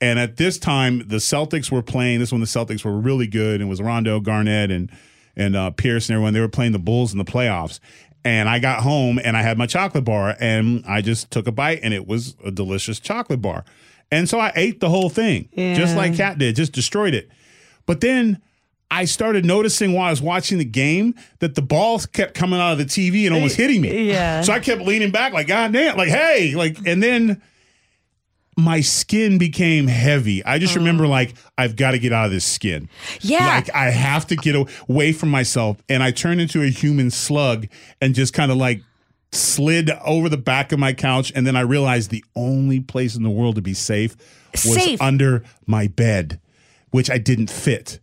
[SPEAKER 1] And at this time, the Celtics were playing. This one, the Celtics were really good, and it was Rondo Garnett and and uh, Pierce and everyone. They were playing the Bulls in the playoffs. And I got home and I had my chocolate bar, and I just took a bite, and it was a delicious chocolate bar. And so I ate the whole thing, just like Kat did, just destroyed it. But then I started noticing while I was watching the game that the balls kept coming out of the TV and almost hitting me.
[SPEAKER 3] Eh, Yeah.
[SPEAKER 1] So I kept leaning back, like, God damn, like, hey, like, and then my skin became heavy. I just remember, like, I've got to get out of this skin.
[SPEAKER 3] Oh. Yeah.
[SPEAKER 1] Like, I have to get away from myself. And I turned into a human slug and just kind of like slid over the back of my couch, and then I realized the only place in the world to be safe was
[SPEAKER 3] Safe.
[SPEAKER 1] under my bed, which I didn't fit.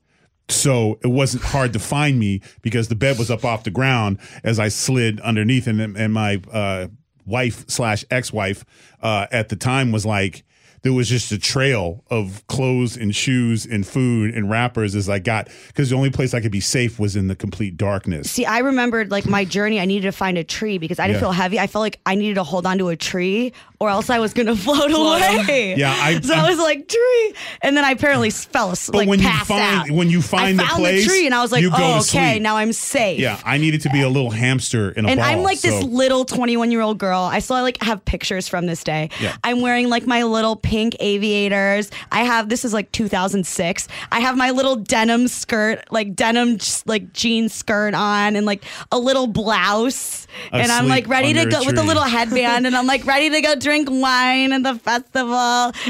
[SPEAKER 1] So it wasn't hard to find me because the bed was up off the ground as I slid underneath, and and my uh, wife slash ex wife uh, at the time was like. There was just a trail of clothes and shoes and food and wrappers as I got because the only place I could be safe was in the complete darkness.
[SPEAKER 3] See, I remembered like my journey. I needed to find a tree because I didn't
[SPEAKER 1] Yeah.
[SPEAKER 3] feel heavy. I felt like I needed to hold on to a tree or else I was going to float away.
[SPEAKER 1] Yeah, I-
[SPEAKER 3] so I, was like tree, and then I apparently s- fell asleep.
[SPEAKER 1] But
[SPEAKER 3] like,
[SPEAKER 1] when you
[SPEAKER 3] passed
[SPEAKER 1] find-
[SPEAKER 3] out.
[SPEAKER 1] when you find
[SPEAKER 3] I
[SPEAKER 1] the
[SPEAKER 3] found
[SPEAKER 1] place,
[SPEAKER 3] the tree, and I was like,
[SPEAKER 1] you go
[SPEAKER 3] oh,
[SPEAKER 1] to
[SPEAKER 3] okay,
[SPEAKER 1] sleep."
[SPEAKER 3] now I'm safe.
[SPEAKER 1] Yeah, I needed to be a little hamster in a
[SPEAKER 3] And
[SPEAKER 1] ball.
[SPEAKER 3] I'm like this
[SPEAKER 1] so-
[SPEAKER 3] little 21 year old girl. I still like have pictures from this day.
[SPEAKER 1] Yeah.
[SPEAKER 3] I'm wearing like my little pink aviators. I have this is like 2006. I have my little denim skirt, like denim just, like jean skirt on, and like a little blouse. and I'm like
[SPEAKER 1] Asleep
[SPEAKER 3] ready to
[SPEAKER 1] under a
[SPEAKER 3] go with a
[SPEAKER 1] tree.
[SPEAKER 3] little headband, and I'm like ready to go drink wine at the festival.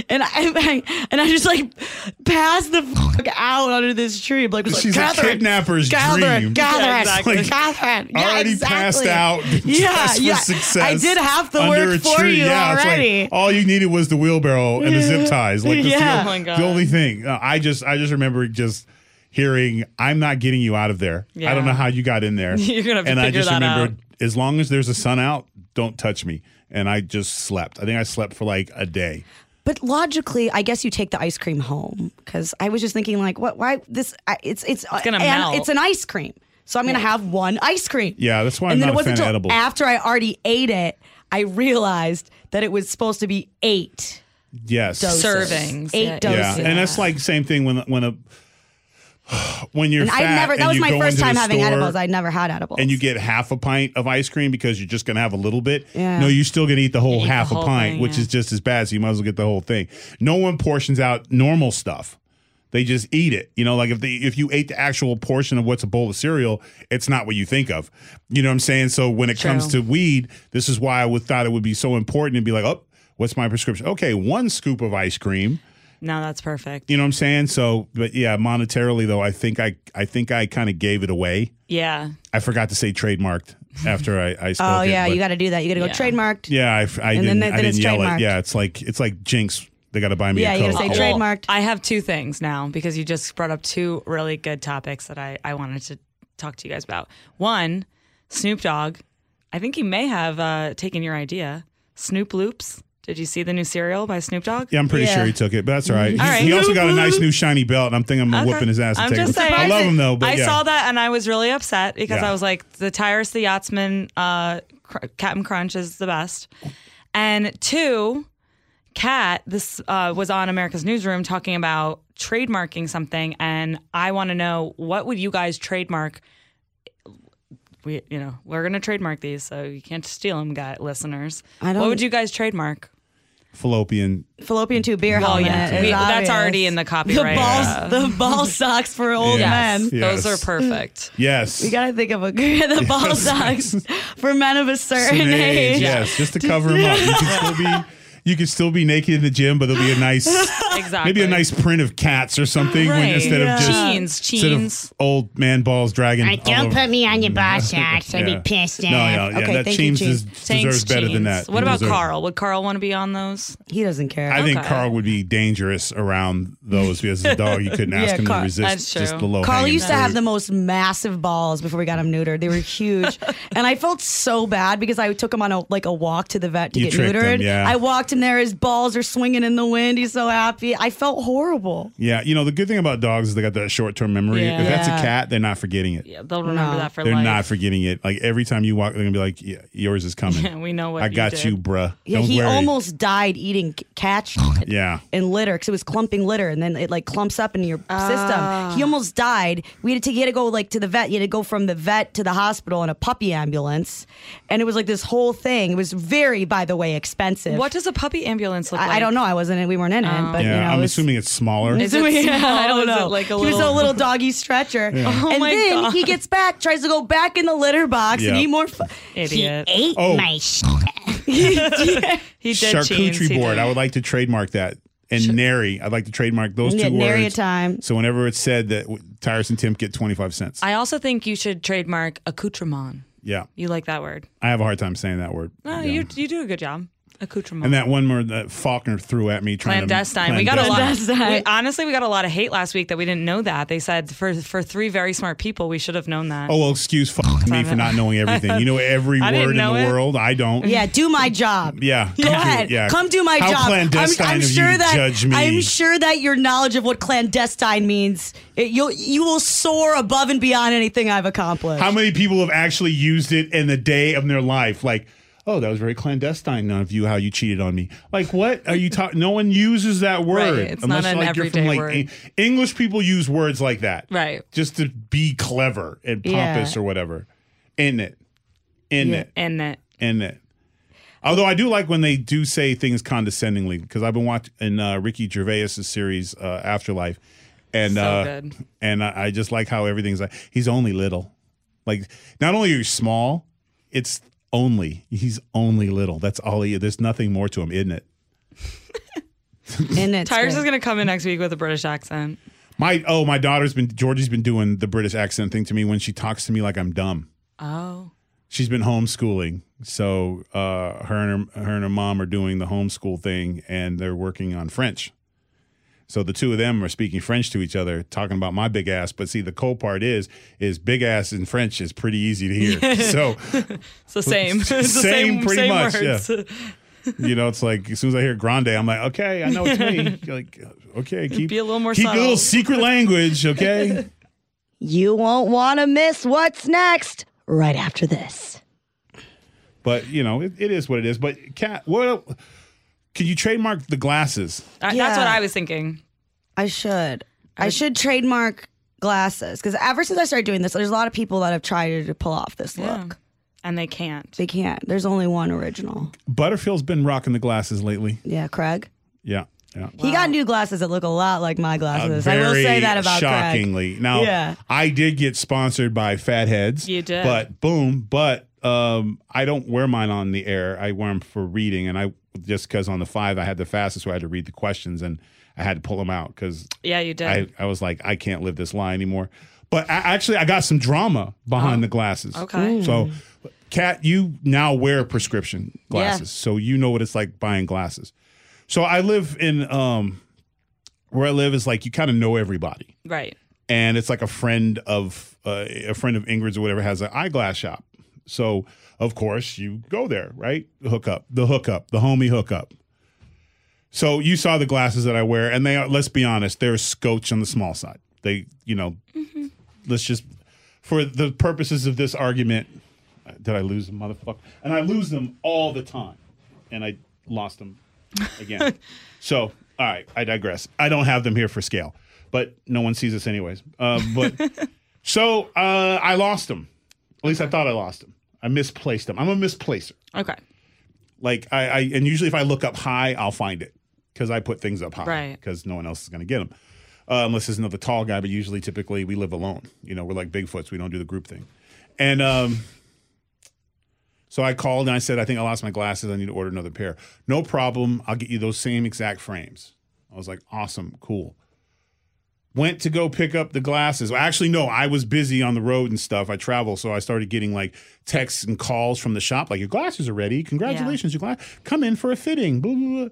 [SPEAKER 3] And I and I just like pass the fuck out under this tree. I'm, Like, just
[SPEAKER 1] She's a
[SPEAKER 3] like, Catherine,
[SPEAKER 1] kidnapper's
[SPEAKER 3] Catherine,
[SPEAKER 1] dream.
[SPEAKER 3] Catherine,
[SPEAKER 2] Yeah, exactly.
[SPEAKER 1] Like,
[SPEAKER 3] Catherine. Yeah,
[SPEAKER 1] already
[SPEAKER 3] exactly.
[SPEAKER 1] passed out.
[SPEAKER 3] Yeah,
[SPEAKER 1] dressed for
[SPEAKER 3] yeah.
[SPEAKER 1] success
[SPEAKER 3] I did half the
[SPEAKER 1] under
[SPEAKER 3] work
[SPEAKER 1] a
[SPEAKER 3] for
[SPEAKER 1] tree.
[SPEAKER 3] you
[SPEAKER 1] yeah, it's like,
[SPEAKER 3] already.
[SPEAKER 1] all you needed was the wheelbarrow and the zip ties. Like, that's
[SPEAKER 3] Yeah.
[SPEAKER 1] the,
[SPEAKER 3] Oh
[SPEAKER 2] my God.
[SPEAKER 1] the only thing. Uh, I just, I just remember just hearing, "I'm not getting you out of there." I don't
[SPEAKER 2] Yeah.
[SPEAKER 1] know how you got in there.
[SPEAKER 2] You're gonna have to
[SPEAKER 1] and I
[SPEAKER 2] figure
[SPEAKER 1] just
[SPEAKER 2] that
[SPEAKER 1] remembered,
[SPEAKER 2] out.
[SPEAKER 1] as long as there's a sun out, don't touch me. And I just slept. I think I slept for like a day.
[SPEAKER 3] But logically, I guess you take the ice cream home because I was just thinking like, what? Why this? I- It's it's it's
[SPEAKER 2] gonna melt.
[SPEAKER 3] It's an ice cream, so I'm gonna have one ice cream.
[SPEAKER 1] Yeah, that's why
[SPEAKER 3] and
[SPEAKER 1] I'm not
[SPEAKER 3] then it
[SPEAKER 1] a fan
[SPEAKER 3] wasn't
[SPEAKER 1] of
[SPEAKER 3] until
[SPEAKER 1] edibles.
[SPEAKER 3] after I already ate it, I realized that it was supposed to be eight
[SPEAKER 1] Yes.
[SPEAKER 3] doses.
[SPEAKER 2] Servings,
[SPEAKER 3] eight
[SPEAKER 2] yeah, yeah.
[SPEAKER 1] Yeah,
[SPEAKER 3] doses.
[SPEAKER 1] and that's like same thing when when a when you're
[SPEAKER 3] And
[SPEAKER 1] fat
[SPEAKER 3] I never. That
[SPEAKER 1] and
[SPEAKER 3] was
[SPEAKER 1] you
[SPEAKER 3] my
[SPEAKER 1] go into
[SPEAKER 3] first
[SPEAKER 1] the
[SPEAKER 3] time having
[SPEAKER 1] store
[SPEAKER 3] edibles. I never had edibles.
[SPEAKER 1] and you get half a pint of ice cream because you're just gonna have a little bit.
[SPEAKER 3] Yeah.
[SPEAKER 1] No, you're still gonna eat the whole
[SPEAKER 2] Eat the
[SPEAKER 1] half a
[SPEAKER 2] whole
[SPEAKER 1] pint,
[SPEAKER 2] thing,
[SPEAKER 1] which
[SPEAKER 2] yeah.
[SPEAKER 1] is just as bad. So you might as well get the whole thing. No one portions out normal stuff. They just eat it. You know, like if they if you ate the actual portion of what's a bowl of cereal, it's not what you think of. You know what I'm saying? So when it comes to weed, this is why I would thought it would be so important to be like, oh, what's my prescription? Okay, one scoop of ice cream.
[SPEAKER 2] Now that's perfect.
[SPEAKER 1] You know what I'm saying? So, but yeah, monetarily though, I think I I think I kind of gave it away.
[SPEAKER 2] Yeah.
[SPEAKER 1] I forgot to say trademarked after I I spoke.
[SPEAKER 3] oh
[SPEAKER 1] it,
[SPEAKER 3] yeah,
[SPEAKER 1] but-
[SPEAKER 3] you got to do that. You got to
[SPEAKER 2] Yeah.
[SPEAKER 3] go trademarked.
[SPEAKER 1] yeah. I, f- I
[SPEAKER 3] And
[SPEAKER 1] didn't
[SPEAKER 3] then they-
[SPEAKER 1] I
[SPEAKER 3] then it's
[SPEAKER 1] didn't yell it.
[SPEAKER 3] trademarked.
[SPEAKER 1] Yeah, it's like it's like Jinx. They got to buy me.
[SPEAKER 3] Yeah,
[SPEAKER 1] a
[SPEAKER 3] you gotta
[SPEAKER 1] Coke.
[SPEAKER 3] say
[SPEAKER 1] Oh,
[SPEAKER 3] trademark. trademarked.
[SPEAKER 2] Uh, I have two things now because you just brought up two really good topics that I, I wanted to talk to you guys about. One, Snoop Dogg. I think he may have uh, taken your idea. Snoop Loops. Did you see the new cereal by Snoop Dogg?
[SPEAKER 1] Yeah, I'm pretty
[SPEAKER 3] Yeah. Mm-hmm.
[SPEAKER 1] sure he took it, but that's all right. He's-
[SPEAKER 2] right.
[SPEAKER 1] He also got a nice new shiny belt, and I'm thinking I'm
[SPEAKER 2] Okay.
[SPEAKER 1] whooping his ass. and
[SPEAKER 2] I'm
[SPEAKER 1] taking
[SPEAKER 2] just
[SPEAKER 1] it.
[SPEAKER 2] saying.
[SPEAKER 1] I love him though. But
[SPEAKER 2] I
[SPEAKER 1] yeah.
[SPEAKER 2] saw that and I was really upset because
[SPEAKER 1] Yeah.
[SPEAKER 2] I was like, the Tyrus the Yachtsman, uh, Cr- Captain Crunch is the best. And two, Kat, this uh, was on America's Newsroom talking about trademarking something, and I want to know what would you guys trademark? We, you know, we're gonna trademark these, so you can't steal them, guy listeners.
[SPEAKER 3] I don't-
[SPEAKER 2] What would you guys trademark?
[SPEAKER 1] fallopian.
[SPEAKER 3] Fallopian tube beer helmet. is
[SPEAKER 2] We-
[SPEAKER 3] obvious.
[SPEAKER 2] that's already in the
[SPEAKER 3] The
[SPEAKER 2] copyright.
[SPEAKER 3] balls,
[SPEAKER 2] uh,
[SPEAKER 3] the ball socks for old
[SPEAKER 2] yes,
[SPEAKER 3] men.
[SPEAKER 1] Yes.
[SPEAKER 2] those are perfect.
[SPEAKER 1] Yes.
[SPEAKER 3] You gotta think of a the ball socks for men of a certain
[SPEAKER 1] Some
[SPEAKER 3] age.
[SPEAKER 1] age, Yes, just to cover him up. You can still be. You can still be naked in the gym, but there'll be a nice,
[SPEAKER 2] Exactly.
[SPEAKER 1] maybe a nice print of cats or something when-
[SPEAKER 2] Right.
[SPEAKER 1] instead of just
[SPEAKER 2] Jeans,
[SPEAKER 1] Instead of
[SPEAKER 2] jeans.
[SPEAKER 1] old man balls dragging.
[SPEAKER 5] Like,
[SPEAKER 1] all
[SPEAKER 5] don't
[SPEAKER 1] over-
[SPEAKER 5] put me on your ball socks. I'd
[SPEAKER 1] Oh. Mm. Yeah.
[SPEAKER 5] be pissed
[SPEAKER 1] No,
[SPEAKER 5] off.
[SPEAKER 1] no, yeah,
[SPEAKER 3] Okay,
[SPEAKER 1] that
[SPEAKER 3] thank
[SPEAKER 1] James
[SPEAKER 3] you, James.
[SPEAKER 1] des-
[SPEAKER 2] Thanks,
[SPEAKER 1] deserves better than
[SPEAKER 2] James.
[SPEAKER 1] that.
[SPEAKER 2] What
[SPEAKER 1] He
[SPEAKER 2] about
[SPEAKER 1] deserves-
[SPEAKER 2] Carl? Would Carl want to be on those?
[SPEAKER 3] He doesn't care.
[SPEAKER 1] I think
[SPEAKER 2] Okay.
[SPEAKER 1] Carl would be dangerous around those because the dog you couldn't ask
[SPEAKER 3] Yeah,
[SPEAKER 1] him
[SPEAKER 3] Carl-
[SPEAKER 1] to resist.
[SPEAKER 2] that's
[SPEAKER 1] Just
[SPEAKER 2] true.
[SPEAKER 1] the low
[SPEAKER 3] Carl
[SPEAKER 1] hanging
[SPEAKER 3] used to have
[SPEAKER 1] fruit.
[SPEAKER 3] the most massive balls before we got him neutered. They were huge, and I felt so bad because I took him on a like a walk to the vet to
[SPEAKER 1] You
[SPEAKER 3] get
[SPEAKER 1] tricked him,
[SPEAKER 3] neutered.
[SPEAKER 1] yeah.
[SPEAKER 3] I walked him there; his balls are swinging in the wind. He's so happy. I felt horrible.
[SPEAKER 1] Yeah, you know the good thing about dogs is they got that short term memory.
[SPEAKER 2] Yeah.
[SPEAKER 1] If that's a
[SPEAKER 3] Yeah.
[SPEAKER 1] cat, they're not forgetting it.
[SPEAKER 2] Yeah, they'll remember
[SPEAKER 3] No.
[SPEAKER 2] that for
[SPEAKER 1] They're
[SPEAKER 2] life.
[SPEAKER 1] not forgetting it. Like every time you walk, they're gonna be like, yeah, "Yours is coming."
[SPEAKER 2] Yeah, we know what
[SPEAKER 1] I
[SPEAKER 2] you
[SPEAKER 1] got
[SPEAKER 2] did.
[SPEAKER 1] you, bruh.
[SPEAKER 3] Yeah,
[SPEAKER 1] Don't
[SPEAKER 3] he
[SPEAKER 1] worry.
[SPEAKER 3] almost died eating c- cat shit.
[SPEAKER 1] Yeah.
[SPEAKER 3] and litter because it was clumping litter and then it like clumps up into your
[SPEAKER 2] Ah.
[SPEAKER 3] system. He almost died. We had to, he had to go like to the vet. You had to go from the vet to the hospital in a puppy ambulance, and it was like this whole thing. It was very, by the way, expensive.
[SPEAKER 2] What does a puppy ambulance look like? Oh.
[SPEAKER 3] I, I don't know. I wasn't. in We weren't in it, but
[SPEAKER 1] Yeah,
[SPEAKER 3] you know,
[SPEAKER 1] I'm
[SPEAKER 3] it was-
[SPEAKER 1] assuming it's smaller.
[SPEAKER 2] Is it
[SPEAKER 3] Yeah,
[SPEAKER 2] small?
[SPEAKER 3] I don't
[SPEAKER 2] Is it
[SPEAKER 3] know.
[SPEAKER 2] like a
[SPEAKER 3] he was a
[SPEAKER 2] little-
[SPEAKER 3] little doggy stretcher,
[SPEAKER 2] Oh
[SPEAKER 3] and
[SPEAKER 2] my
[SPEAKER 3] then
[SPEAKER 2] God.
[SPEAKER 3] he gets back, tries to go back in the litter box and
[SPEAKER 1] Yeah.
[SPEAKER 3] eat more. Fu-
[SPEAKER 2] Idiot.
[SPEAKER 5] Ate
[SPEAKER 1] Oh.
[SPEAKER 5] my sh-
[SPEAKER 2] He did
[SPEAKER 1] charcuterie
[SPEAKER 2] jeans, he
[SPEAKER 1] board.
[SPEAKER 2] did.
[SPEAKER 1] I would like to trademark that. And nary, I'd like to trademark those
[SPEAKER 3] Yeah,
[SPEAKER 1] two
[SPEAKER 3] nary a
[SPEAKER 1] words.
[SPEAKER 3] time.
[SPEAKER 1] So whenever it's said that w- Tyrus and Tim get twenty five cents,
[SPEAKER 2] I also think you should trademark accoutrement.
[SPEAKER 1] Yeah.
[SPEAKER 2] You like that word?
[SPEAKER 1] I have a hard time saying that word.
[SPEAKER 2] No, Oh, you you do a good job. Accoutrement.
[SPEAKER 1] And um, that one word that Faulkner threw at me trying
[SPEAKER 2] clandestine.
[SPEAKER 1] to
[SPEAKER 2] We got a lot.
[SPEAKER 3] Clandestine.
[SPEAKER 2] We, honestly, we got a lot of hate last week that we didn't know that. They said for for three very smart people, we should have known that.
[SPEAKER 1] Oh well, excuse fuck me for not knowing everything. You know every
[SPEAKER 2] I didn't
[SPEAKER 1] word in
[SPEAKER 2] know
[SPEAKER 1] the
[SPEAKER 2] it.
[SPEAKER 1] world. I don't.
[SPEAKER 3] Yeah, do my job.
[SPEAKER 1] Yeah.
[SPEAKER 3] Go ahead. Come do my
[SPEAKER 1] How
[SPEAKER 3] job. I'm-
[SPEAKER 1] clandestine
[SPEAKER 3] I'm,
[SPEAKER 1] of you
[SPEAKER 3] sure
[SPEAKER 1] to
[SPEAKER 3] that
[SPEAKER 1] judge me.
[SPEAKER 3] I'm sure that your knowledge of what clandestine means, it, you'll you will soar above and beyond anything I've accomplished.
[SPEAKER 1] How many people have actually used it in the day of their life? Like, oh, that was very clandestine of you how you cheated on me. Like, what are you talking? No one uses that word
[SPEAKER 2] it's not an everyday word.
[SPEAKER 1] Eng- English people use words like that,
[SPEAKER 2] Right.
[SPEAKER 1] Just to be clever and
[SPEAKER 3] Yeah.
[SPEAKER 1] pompous or whatever. In it, in it,
[SPEAKER 2] And that
[SPEAKER 1] in it. Although I do like when they do say things condescendingly, because I've been watching in uh, Ricky Gervais' series uh, Afterlife, and
[SPEAKER 2] So
[SPEAKER 1] uh,
[SPEAKER 2] good.
[SPEAKER 1] and I, I just like how everything's like he's only little, like not only are you small, it's only he's only little. That's all he. There's nothing more to him, isn't it?
[SPEAKER 3] And it's
[SPEAKER 2] Tires
[SPEAKER 3] good.
[SPEAKER 2] is gonna come in next week with a British accent.
[SPEAKER 1] My oh, my daughter's been Georgie's been doing the British accent thing to me when she talks to me like I'm dumb.
[SPEAKER 2] Oh,
[SPEAKER 1] she's been homeschooling. So uh, her and her, her and her mom are doing the homeschool thing, and they're working on French. So the two of them are speaking French to each other, talking about my big ass. But see, the cool part is, is big ass in French is pretty easy to hear. so
[SPEAKER 2] it's the same. It's the
[SPEAKER 1] Same,
[SPEAKER 2] same,
[SPEAKER 1] pretty
[SPEAKER 2] same
[SPEAKER 1] much,
[SPEAKER 2] Words.
[SPEAKER 1] you know, it's like as soon as I hear Grande, I'm like, okay, I know it's me. You're like, okay, keep
[SPEAKER 2] Be a little more
[SPEAKER 1] keep a
[SPEAKER 2] subtle.
[SPEAKER 1] little secret language, okay?
[SPEAKER 3] You won't want to miss what's next right after this.
[SPEAKER 1] but you know, it, it is what it is. But cat, what? Can you trademark the glasses?
[SPEAKER 2] I-
[SPEAKER 3] Yeah.
[SPEAKER 2] That's what I was thinking.
[SPEAKER 3] I should. I should trademark glasses because ever since I started doing this, there's a lot of people that have tried to pull off this
[SPEAKER 2] Yeah.
[SPEAKER 3] look.
[SPEAKER 2] And they can't.
[SPEAKER 3] They can't. There's only one original.
[SPEAKER 1] Butterfield's been rocking the glasses lately.
[SPEAKER 3] Yeah, Craig.
[SPEAKER 1] Yeah, yeah.
[SPEAKER 3] He got new glasses that look a lot like my glasses.
[SPEAKER 1] Uh,
[SPEAKER 3] I will say
[SPEAKER 1] very
[SPEAKER 3] that about Craig.
[SPEAKER 1] shockingly. Now,
[SPEAKER 3] Yeah.
[SPEAKER 1] I did get sponsored by Fatheads.
[SPEAKER 2] You did.
[SPEAKER 1] but boom. But um, I don't wear mine on the air. I wear them for reading, and I just because on the five I had the fastest, so I had to read the questions, and I had to pull them out because
[SPEAKER 2] Yeah, you did.
[SPEAKER 1] I, I was like, I can't live this lie anymore. But I, actually, I got some drama behind the glasses.
[SPEAKER 2] okay.
[SPEAKER 1] So, Kat, you now wear prescription glasses, so you know what it's like buying glasses. So I live in um, where I live is like you kind of know everybody,
[SPEAKER 2] right.
[SPEAKER 1] and it's like a friend of uh, a friend of Ingrid's or whatever has an eyeglass shop. So of course you go there, right? The hookup, the hookup, the homie hookup. So you saw the glasses that I wear, and they are. Let's be honest, they're scotch on the small side. They, you know, let's just for the purposes of this argument, did I lose them, motherfucker? And I lose them all the time, and I lost them again. so, all right, I digress. I don't have them here for scale, but no one sees us anyways. Uh, but so uh, I lost them. At least I thought I lost them. I misplaced them. I'm a misplacer.
[SPEAKER 2] Okay.
[SPEAKER 1] Like I, I and usually if I look up high, I'll find it because I put things up high
[SPEAKER 2] Right.
[SPEAKER 1] because no one else is going to get them uh, unless there's another tall guy. But usually, typically, we live alone. You know, we're like Bigfoots. We don't do the group thing. And um, so I called and I said, I think I lost my glasses. I need to order another pair. No problem. I'll get you those same exact frames. I was like, awesome, cool. Went to go pick up the glasses. Well, actually, no, I was busy on the road and stuff. I travel, so I started getting like texts and calls from the shop, like your glasses are ready. Congratulations, your glass. Come in for a fitting. Blah, blah, blah.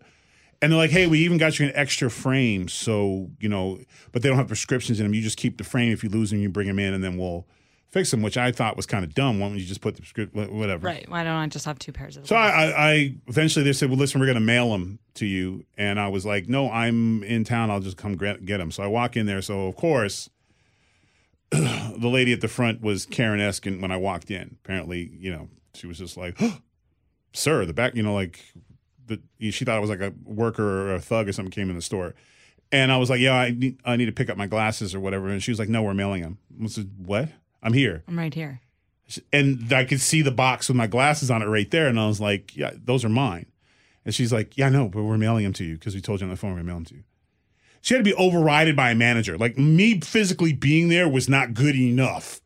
[SPEAKER 1] And they're like, hey, we even got you an extra frame. So, you know, but they don't have prescriptions in them. You just keep the frame. If you lose them, you bring them in and then we'll fix them, which I thought was kind of dumb. Why don't you just put the prescription, whatever.
[SPEAKER 2] Right. Why don't I just have two pairs of
[SPEAKER 1] So I, I, I eventually they said, well, listen, we're going to mail them to you. And I was like, no, I'm in town. I'll just come gra- get them. So I walk in there. So, of course, the lady at the front was Karen Eskin when I walked in. Apparently, you know, she was just like, sir, the back, you know, like the, she thought I was like a worker or a thug or something came in the store. And I was like, yeah, I need, I need to pick up my glasses or whatever. And she was like, no, we're mailing them. I said, what? I'm here
[SPEAKER 2] I'm right here.
[SPEAKER 1] and I could see the box with my glasses on it right there. And I was like, yeah, those are mine. And she's like, yeah, no, but we're mailing them to you because we told you on the phone we're mailing them to you. She had to be overridden by a manager. Like me physically being there was not good enough.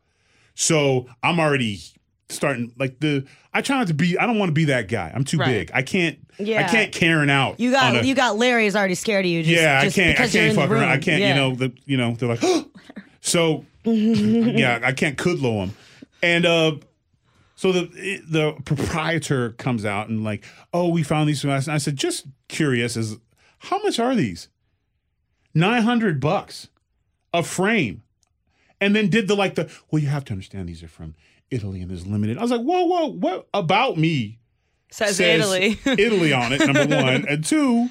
[SPEAKER 1] So I'm already starting like the I try not to be I don't want to be that guy. I'm too
[SPEAKER 2] Right.
[SPEAKER 1] big. I can't I
[SPEAKER 3] Yeah.
[SPEAKER 1] can't Karen out.
[SPEAKER 3] You
[SPEAKER 1] on
[SPEAKER 3] got
[SPEAKER 1] a-
[SPEAKER 3] you got Larry is already scared of you. Just,
[SPEAKER 1] yeah,
[SPEAKER 3] just
[SPEAKER 1] I can't. I
[SPEAKER 3] Because you're
[SPEAKER 1] can't
[SPEAKER 3] in the
[SPEAKER 1] fuck around. I
[SPEAKER 3] room.
[SPEAKER 1] can't.
[SPEAKER 3] Yeah.
[SPEAKER 1] You know the. You know they're like, so yeah, I can't kudlow them. And uh, So the the proprietor comes out and like, oh, we found these from us. And I said, just curious, is how much are these? Nine hundred bucks a frame, and then did the like the well, you have to understand these are from Italy and there's limited. I was like, whoa, whoa, what about me?
[SPEAKER 2] Says,
[SPEAKER 1] says
[SPEAKER 2] Italy.
[SPEAKER 1] Italy on it, number one. And two,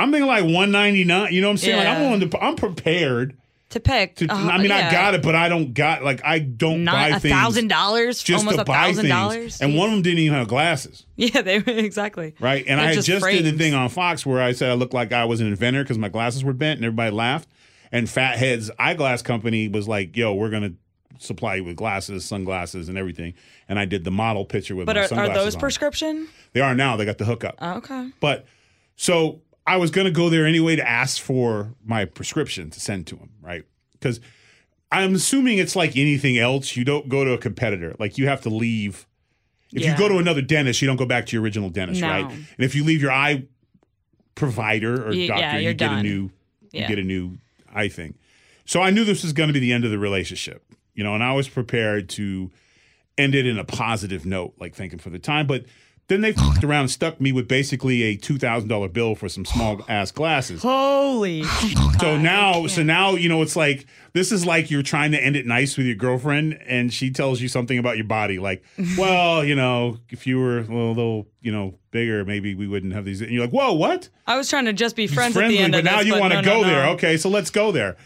[SPEAKER 1] I'm thinking like 199. You know what I'm saying? Like I'm
[SPEAKER 2] Yeah.
[SPEAKER 1] willing to I'm prepared
[SPEAKER 2] to pick.
[SPEAKER 1] to
[SPEAKER 2] Uh,
[SPEAKER 1] I mean I
[SPEAKER 2] yeah.
[SPEAKER 1] got it, but I don't got like I don't
[SPEAKER 2] Not
[SPEAKER 1] buy
[SPEAKER 2] a
[SPEAKER 1] things
[SPEAKER 2] thousand dollars,
[SPEAKER 1] just
[SPEAKER 2] almost
[SPEAKER 1] to
[SPEAKER 2] a
[SPEAKER 1] buy
[SPEAKER 2] thousand dollars.
[SPEAKER 1] things. And one of them didn't even have glasses.
[SPEAKER 2] yeah, they exactly
[SPEAKER 1] Right. And
[SPEAKER 2] They're
[SPEAKER 1] I had
[SPEAKER 2] just
[SPEAKER 1] just did the
[SPEAKER 2] frames.
[SPEAKER 1] thing on Fox where I said I looked like I was an inventor because my glasses were bent and everybody laughed. And Fathead's eyeglass company was like, yo, we're gonna supply you with glasses, sunglasses, and everything. And I did the model picture with
[SPEAKER 2] But
[SPEAKER 1] my
[SPEAKER 2] are, are
[SPEAKER 1] sunglasses.
[SPEAKER 2] those
[SPEAKER 1] on.
[SPEAKER 2] prescription?
[SPEAKER 1] They are now. They got the hookup.
[SPEAKER 2] Oh, okay.
[SPEAKER 1] But so I was going to go there anyway to ask for my prescription to send to him, right? Because I'm assuming it's like anything else. You don't go to a competitor. Like you have to leave. If you
[SPEAKER 2] Yeah.
[SPEAKER 1] go to another dentist, you don't go back to your original dentist,
[SPEAKER 2] No.
[SPEAKER 1] right? And if you leave your eye provider or
[SPEAKER 2] Y- yeah,
[SPEAKER 1] doctor, you
[SPEAKER 2] you're
[SPEAKER 1] get a
[SPEAKER 2] done.
[SPEAKER 1] new you
[SPEAKER 2] Yeah.
[SPEAKER 1] get a new eye thing. So I knew this was going to be the end of the relationship, you know, and I was prepared to ended in a positive note, like thanking for the time. But then they fucked around and stuck me with basically a two thousand dollar bill for some small ass glasses.
[SPEAKER 2] Oh, Holy.
[SPEAKER 1] So now, so now you know it's like this is like you're trying to end it nice with your girlfriend, and she tells you something about your body, like, well, you know, if you were a little, little, you know, bigger, maybe we wouldn't have these. And you're like, whoa, what?
[SPEAKER 2] I was trying to just be friends at
[SPEAKER 1] friendly,
[SPEAKER 2] the end
[SPEAKER 1] but
[SPEAKER 2] of
[SPEAKER 1] now
[SPEAKER 2] this,
[SPEAKER 1] you
[SPEAKER 2] but
[SPEAKER 1] want to
[SPEAKER 2] no, no,
[SPEAKER 1] go
[SPEAKER 2] no.
[SPEAKER 1] there. Okay, so let's go there.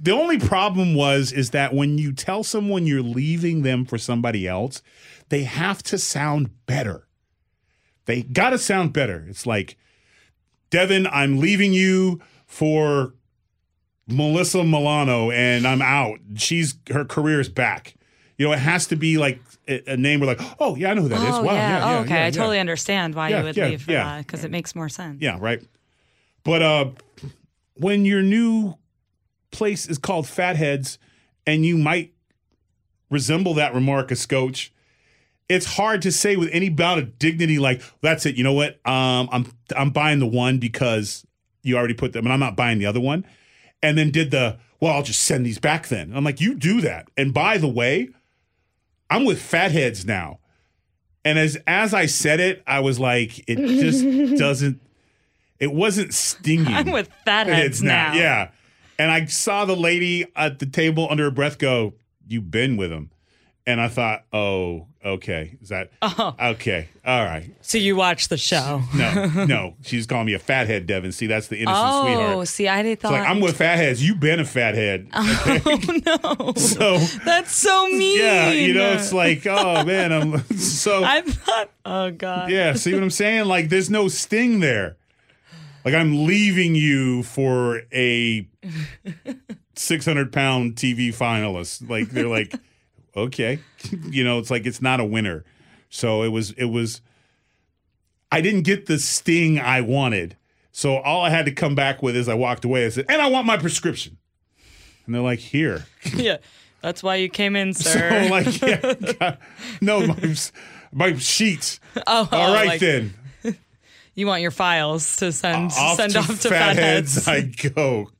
[SPEAKER 1] The only problem was is that when you tell someone you're leaving them for somebody else, they have to sound better. They got to sound better. It's like, Devin, I'm leaving you for Melissa Milano, and I'm out. She's her career's back. You know, it has to be like a, a name. We're like, oh yeah, I know who that is.
[SPEAKER 2] Oh,
[SPEAKER 1] Wow,
[SPEAKER 2] yeah.
[SPEAKER 1] yeah, yeah,
[SPEAKER 2] oh, okay.
[SPEAKER 1] yeah,
[SPEAKER 2] I
[SPEAKER 1] yeah.
[SPEAKER 2] totally understand why
[SPEAKER 1] Yeah,
[SPEAKER 2] you would
[SPEAKER 1] yeah,
[SPEAKER 2] leave for
[SPEAKER 1] yeah.
[SPEAKER 2] that because it makes more sense.
[SPEAKER 1] Yeah, right. But uh when your new place is called Fatheads and you might resemble that remark as coach, it's hard to say with any bout of dignity like that's it, you know what? Um I'm I'm buying the one because you already put them and I'm not buying the other one. And then did the well, I'll just send these back then. I'm like, you do that. And by the way, I'm with fatheads now. And as as I said it, I was like, it just doesn't. It wasn't stinging.
[SPEAKER 2] I'm with fatheads
[SPEAKER 1] It's not,
[SPEAKER 2] now.
[SPEAKER 1] Yeah. And I saw the lady at the table under her breath go, "You've been with him," and I thought, "Oh, okay. Is that
[SPEAKER 2] Uh-huh.
[SPEAKER 1] okay? All right.
[SPEAKER 2] So you watch the show.
[SPEAKER 1] No, no. She's calling me a fathead, Devin. See, that's the innocent
[SPEAKER 2] oh,
[SPEAKER 1] sweetheart.
[SPEAKER 2] see, I did
[SPEAKER 1] It's
[SPEAKER 2] thought.
[SPEAKER 1] like I'm with fatheads. You've been a fathead.
[SPEAKER 2] oh, no.
[SPEAKER 1] So
[SPEAKER 2] That's so mean.
[SPEAKER 1] yeah, you know, it's like, oh man, I'm so.
[SPEAKER 2] I thought, oh, God.
[SPEAKER 1] Yeah, see what I'm saying? Like, there's no sting there. Like, I'm leaving you for a 600 pound TV finalist. Like, they're like, okay, you know, it's like it's not a winner. So it was, it was. I didn't get the sting I wanted. So all I had to come back with is I walked away. I said, and I want my prescription. And they're like, here.
[SPEAKER 2] Yeah. That's why you came in,
[SPEAKER 1] So
[SPEAKER 2] sir.
[SPEAKER 1] like, yeah, God. no, my, my sheets.
[SPEAKER 2] oh,
[SPEAKER 1] All right
[SPEAKER 2] like,
[SPEAKER 1] then.
[SPEAKER 2] You want your files to send send off to
[SPEAKER 1] fatheads
[SPEAKER 2] fatheads.
[SPEAKER 1] I go.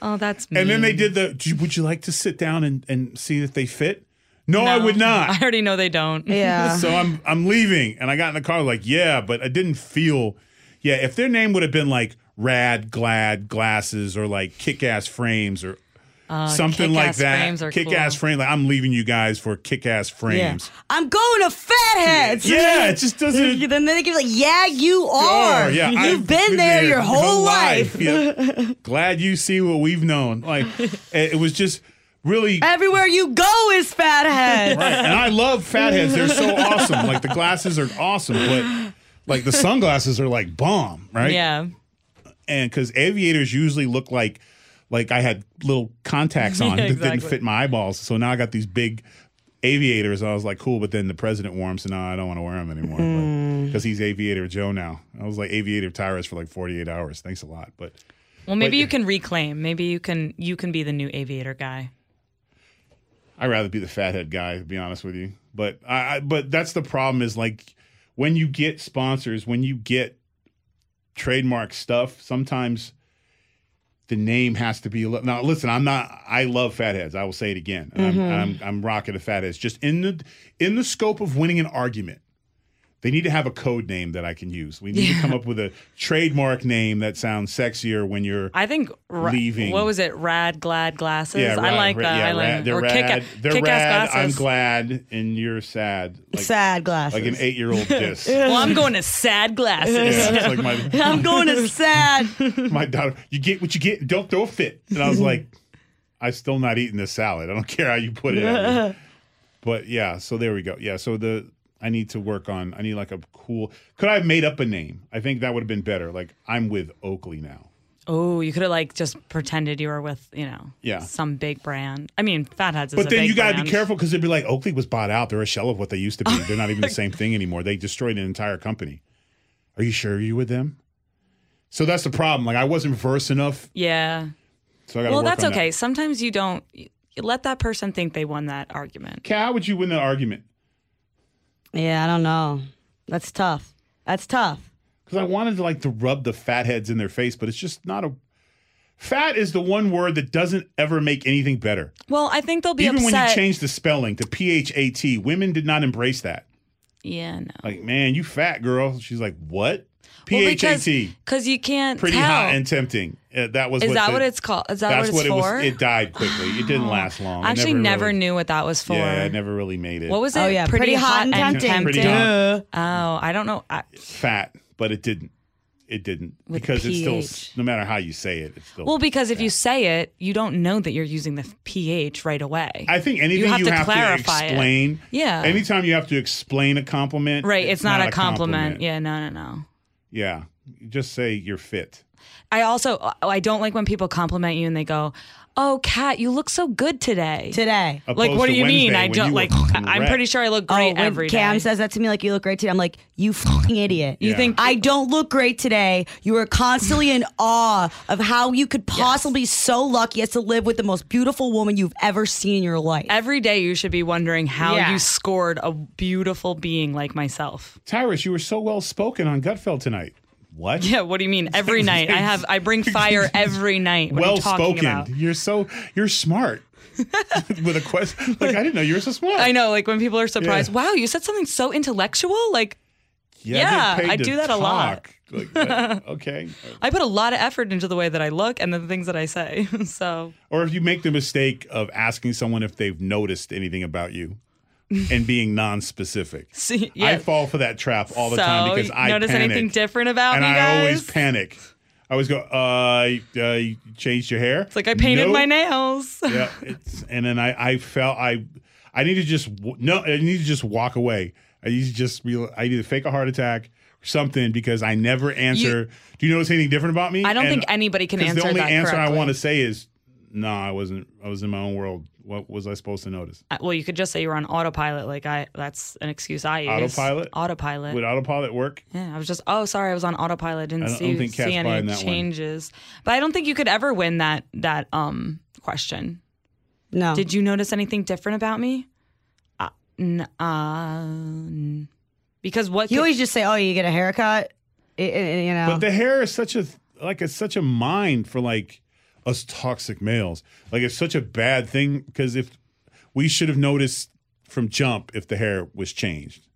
[SPEAKER 2] oh, that's mean.
[SPEAKER 1] And then they did the. "Do you- Would you like to sit down and, and see that they fit? No, I would
[SPEAKER 2] I
[SPEAKER 1] not.
[SPEAKER 2] already know they don't.
[SPEAKER 3] Yeah.
[SPEAKER 1] so I'm I'm leaving, and I got in the car like yeah, but I didn't feel yeah. If their name would have been like Rad Glad Glasses or like Kick Ass Frames or something like
[SPEAKER 2] Uh, Kick-Ass
[SPEAKER 1] that,
[SPEAKER 2] Frames are
[SPEAKER 1] Kick Ass
[SPEAKER 2] cool.
[SPEAKER 1] Frame. Like I'm leaving you guys for Kick Ass Frames.
[SPEAKER 3] I'm going to Fatheads.
[SPEAKER 1] Yeah, it just doesn't.
[SPEAKER 3] And then they give like, yeah, you are.
[SPEAKER 1] are. Oh, Yeah,
[SPEAKER 3] You've
[SPEAKER 1] I've
[SPEAKER 3] been, there, your whole, life.
[SPEAKER 1] Yeah. Glad you see what we've known. Like it it was just really right.
[SPEAKER 3] Everywhere you go is Fathead.
[SPEAKER 1] And I love fatheads. They're so awesome. Like the glasses are awesome, but like the sunglasses are like bomb, right?
[SPEAKER 2] Yeah.
[SPEAKER 1] And because aviators usually look like like I had little contacts on
[SPEAKER 2] Yeah,
[SPEAKER 1] that didn't
[SPEAKER 2] exactly.
[SPEAKER 1] fit my eyeballs. So now I got these big aviators. I was like, cool. But then the president wore them, so now I don't want to wear them anymore
[SPEAKER 2] Hmm.
[SPEAKER 1] because he's Aviator Joe now. I was like Aviator Tyrus for like forty eight hours. Thanks a lot, but.
[SPEAKER 2] Well, maybe
[SPEAKER 1] But-
[SPEAKER 2] you can reclaim. Maybe you can you can be the new aviator guy.
[SPEAKER 1] I'd rather be the fathead guy, to be honest with you. But I, I but that's the problem is like when you get sponsors, when you get trademark stuff, sometimes the name has to be. a li- Now, listen, I'm not. I love fatheads. I will say it again. And I'm, I'm I'm rocking the fatheads. Just in the in the scope of winning an argument, they need to have a code name that I can use. We need to come up with a trademark name that sounds sexier when you're.
[SPEAKER 2] I think ra-
[SPEAKER 1] Leaving.
[SPEAKER 2] What was it? Rad glad glasses. I
[SPEAKER 1] rad-
[SPEAKER 2] like
[SPEAKER 1] ra-
[SPEAKER 2] that.
[SPEAKER 1] Yeah,
[SPEAKER 2] I like
[SPEAKER 1] rad, they're
[SPEAKER 2] or kick,
[SPEAKER 1] rad. they're
[SPEAKER 2] kick
[SPEAKER 1] rad.
[SPEAKER 2] ass
[SPEAKER 1] I'm
[SPEAKER 2] glasses.
[SPEAKER 1] glad, and you're sad. Like,
[SPEAKER 3] sad glasses.
[SPEAKER 1] Like an eight year old diss.
[SPEAKER 2] Well, I'm going to sad glasses.
[SPEAKER 1] Yeah, it's like my
[SPEAKER 3] I'm going to sad.
[SPEAKER 1] my daughter, you get what you get. Don't throw a fit. And I was like, I'm still not eating this salad. I don't care how you put it. at me." But yeah, so there we go. Yeah, so the I need to work on. I need like a cool. Could I have made up a name? I think that would have been better. Like I'm with Oakley now.
[SPEAKER 2] Oh, you could have like just pretended you were with you know
[SPEAKER 1] Yeah.
[SPEAKER 2] some big brand. I mean, Fatheads is. a
[SPEAKER 1] But then
[SPEAKER 2] big
[SPEAKER 1] you got to
[SPEAKER 2] brand.
[SPEAKER 1] be careful because they'd be like Oakley was bought out. They're a shell of what they used to be. They're not even the same thing anymore. They destroyed an entire company. Are you sure you were them? So that's the problem. Like I wasn't versed enough,
[SPEAKER 2] Yeah.
[SPEAKER 1] so I got to
[SPEAKER 2] Well,
[SPEAKER 1] work
[SPEAKER 2] that's
[SPEAKER 1] on that.
[SPEAKER 2] okay. Sometimes you don't you let that person think they won that argument.
[SPEAKER 1] Kat, how would you win the argument?
[SPEAKER 3] Yeah, I don't know. That's tough. That's tough.
[SPEAKER 1] because I wanted to like to rub the fatheads in their face, but it's just not a. Fat is the one word that doesn't ever make anything better.
[SPEAKER 2] Well, I think they'll be
[SPEAKER 1] Even
[SPEAKER 2] upset.
[SPEAKER 1] when you change the spelling to P H A T, women did not embrace that.
[SPEAKER 2] yeah, no.
[SPEAKER 1] Like, man, you fat girl. She's like, what? P
[SPEAKER 2] Well,
[SPEAKER 1] H A
[SPEAKER 2] because
[SPEAKER 1] T.
[SPEAKER 2] 'cause you can't
[SPEAKER 1] Pretty
[SPEAKER 2] tell.
[SPEAKER 1] hot and tempting. Uh, that was
[SPEAKER 2] Is
[SPEAKER 1] what
[SPEAKER 2] that
[SPEAKER 1] the-
[SPEAKER 2] what it's called? Is that
[SPEAKER 1] that's
[SPEAKER 2] what it's
[SPEAKER 1] it
[SPEAKER 2] for?
[SPEAKER 1] was. It died quickly. It didn't last long. It
[SPEAKER 2] I actually never,
[SPEAKER 1] really-
[SPEAKER 2] knew what that was for.
[SPEAKER 1] Yeah, I never really made it.
[SPEAKER 2] What was it?
[SPEAKER 3] Oh, yeah.
[SPEAKER 2] Pretty, hot, and tempting.
[SPEAKER 1] Pretty hot.
[SPEAKER 2] Oh, I don't know. I,
[SPEAKER 1] fat? But it didn't. It didn't
[SPEAKER 2] With
[SPEAKER 1] because it's still
[SPEAKER 3] PH.
[SPEAKER 1] no matter how you say it, it's still
[SPEAKER 2] well, because if you say it, you don't know that you're using the pH right away.
[SPEAKER 1] I think anything you have, to,
[SPEAKER 2] clarify it.
[SPEAKER 1] explain.
[SPEAKER 2] Yeah.
[SPEAKER 1] Anytime you have to explain a compliment.
[SPEAKER 2] right. It's, not, a compliment. Yeah. No. No. No.
[SPEAKER 1] Yeah. Yeah. Just say you're fit.
[SPEAKER 2] I also oh, I don't like when people compliment you and they go, "Oh, Kat, you look so good today."
[SPEAKER 3] Today.
[SPEAKER 2] like,
[SPEAKER 1] Opposed
[SPEAKER 2] what do
[SPEAKER 1] to
[SPEAKER 2] you mean?
[SPEAKER 1] Wednesday
[SPEAKER 2] I
[SPEAKER 1] when
[SPEAKER 2] don't
[SPEAKER 1] you
[SPEAKER 2] like.
[SPEAKER 1] were
[SPEAKER 2] I- I'm pretty
[SPEAKER 1] wrecked.
[SPEAKER 2] sure I look
[SPEAKER 3] Oh,
[SPEAKER 2] great
[SPEAKER 3] when
[SPEAKER 2] every day.
[SPEAKER 3] Cam says that to me like you look great today. I'm like, you fucking idiot.
[SPEAKER 2] You
[SPEAKER 1] Yeah.
[SPEAKER 2] think
[SPEAKER 3] I don't look great today. You are constantly in awe of how you could possibly be so lucky as to live with the most beautiful woman you've ever seen in your life.
[SPEAKER 2] every day you should be wondering how
[SPEAKER 5] Yeah.
[SPEAKER 2] you scored a beautiful being like myself?
[SPEAKER 1] Tyrus, you were so well spoken on Gutfeld tonight. What?
[SPEAKER 2] Yeah. What do you mean? Every night I have I bring fire every night. What are
[SPEAKER 1] Well
[SPEAKER 2] you talking
[SPEAKER 1] spoken.
[SPEAKER 2] about?
[SPEAKER 1] You're so you're smart. With a question like I didn't know you were so smart.
[SPEAKER 2] I know, like when people are surprised, wow, you said something so intellectual. Like, Yeah,
[SPEAKER 1] I, get paid
[SPEAKER 2] I
[SPEAKER 1] to
[SPEAKER 2] do that a lot.
[SPEAKER 1] talk. Like, that. okay.
[SPEAKER 2] I put a lot of effort into the way that I look and the things that I say. so,
[SPEAKER 1] Or if you make the mistake of asking someone if they've noticed anything about you and being non-specific.
[SPEAKER 2] see, yeah.
[SPEAKER 1] I fall for that trap all the
[SPEAKER 2] So,
[SPEAKER 1] time because
[SPEAKER 2] you
[SPEAKER 1] I
[SPEAKER 2] notice
[SPEAKER 1] panic,
[SPEAKER 2] anything different about
[SPEAKER 1] and
[SPEAKER 2] me,
[SPEAKER 1] I always
[SPEAKER 2] guys?
[SPEAKER 1] panic. I always go, uh, you- uh, you changed your hair.
[SPEAKER 2] it's like I painted
[SPEAKER 1] Nope.
[SPEAKER 2] my nails.
[SPEAKER 1] yeah, it's, and then I, I felt I, I need to just w- no, I need to just walk away. I need to just be, I need to fake a heart attack or something because I never answer. do you notice anything different about me?
[SPEAKER 2] I don't
[SPEAKER 1] And-
[SPEAKER 2] think anybody can
[SPEAKER 1] 'cause
[SPEAKER 2] answer
[SPEAKER 1] The only
[SPEAKER 2] that
[SPEAKER 1] answer I
[SPEAKER 2] correctly.
[SPEAKER 1] want to say is, no, I wasn't. I was in my own world. What was I supposed to notice?
[SPEAKER 2] Uh, Well, you could just say you're on autopilot. Like I, that's an excuse I use.
[SPEAKER 1] Autopilot?
[SPEAKER 2] Autopilot.
[SPEAKER 1] Would autopilot work?
[SPEAKER 2] yeah, I was just. Oh, sorry, I was on autopilot. Didn't
[SPEAKER 1] I don't-
[SPEAKER 2] see,
[SPEAKER 1] I don't think Kat's
[SPEAKER 2] see
[SPEAKER 1] buying
[SPEAKER 2] any
[SPEAKER 1] that one.
[SPEAKER 2] changes. But I don't think you could ever win that that um question.
[SPEAKER 3] no.
[SPEAKER 2] Did you notice anything different about me? Uh, n- uh, n- because what
[SPEAKER 3] you
[SPEAKER 2] could-
[SPEAKER 3] always just say, oh, you get a haircut? I- I- you know.
[SPEAKER 1] But the hair is such a like it's such a mine for like us toxic males. Like it's such a bad thing because if we should have noticed from jump if the hair was changed,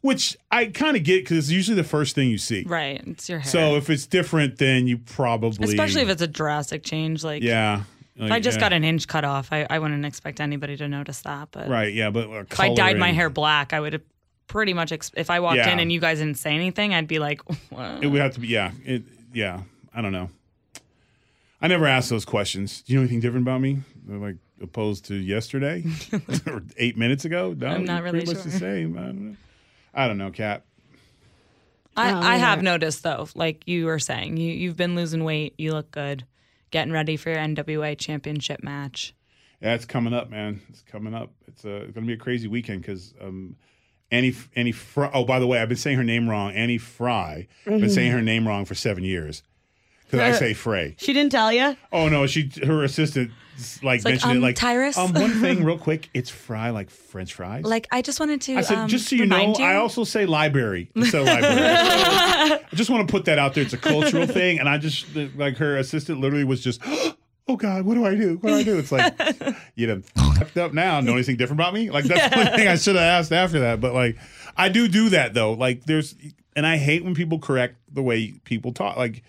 [SPEAKER 1] which I kind of get because it's usually the first thing you see.
[SPEAKER 2] right? It's your hair.
[SPEAKER 1] So if it's different, then you probably
[SPEAKER 2] especially if it's a drastic change, like
[SPEAKER 1] yeah.
[SPEAKER 2] If I just got an inch cut off, I, I wouldn't expect anybody to notice that. But
[SPEAKER 1] right, yeah, but uh,
[SPEAKER 2] if I dyed my hair black, I would have pretty much. Ex- if I walked
[SPEAKER 1] Yeah.
[SPEAKER 2] in and you guys didn't say anything, I'd be like,
[SPEAKER 1] it would have to be yeah, it, yeah. I don't know. I never ask those questions. Do you know anything different about me? They're like opposed to yesterday or eight minutes ago. No,
[SPEAKER 2] I'm not
[SPEAKER 1] you're
[SPEAKER 2] really
[SPEAKER 1] pretty much the
[SPEAKER 2] sure.
[SPEAKER 1] same. I don't know. I don't know, Kat.
[SPEAKER 2] I, I have noticed though, like you were saying, you you've been losing weight. You look good. Getting ready for your NWA championship match.
[SPEAKER 1] Yeah, it's coming up, man. It's coming up. It's, uh, it's going to be a crazy weekend because um, Annie Annie
[SPEAKER 2] Mm-hmm.
[SPEAKER 1] Fry. Oh, by the way, I've been saying her name wrong. Annie Fry. I've been saying her name wrong for seven years. because I say Frey.
[SPEAKER 3] She didn't tell you.
[SPEAKER 1] Oh no, she her assistant like
[SPEAKER 2] like,
[SPEAKER 1] mentioned
[SPEAKER 2] um,
[SPEAKER 1] it like
[SPEAKER 2] Tyrus?
[SPEAKER 1] Um, one thing real quick, it's fry like French fries.
[SPEAKER 2] Like I just wanted to.
[SPEAKER 1] I said,
[SPEAKER 2] um,
[SPEAKER 1] just so you know,
[SPEAKER 2] remind
[SPEAKER 1] I also say library instead of library. I just want to put that out there. It's a cultural thing, and I just like her assistant literally was just. Oh God, what do I do? What do I do? It's like you done fucked up now. Know anything different about me? Like that's the one thing I should have asked after that. But like, I do do that though. Like there's, and I hate when people correct the way people talk. Like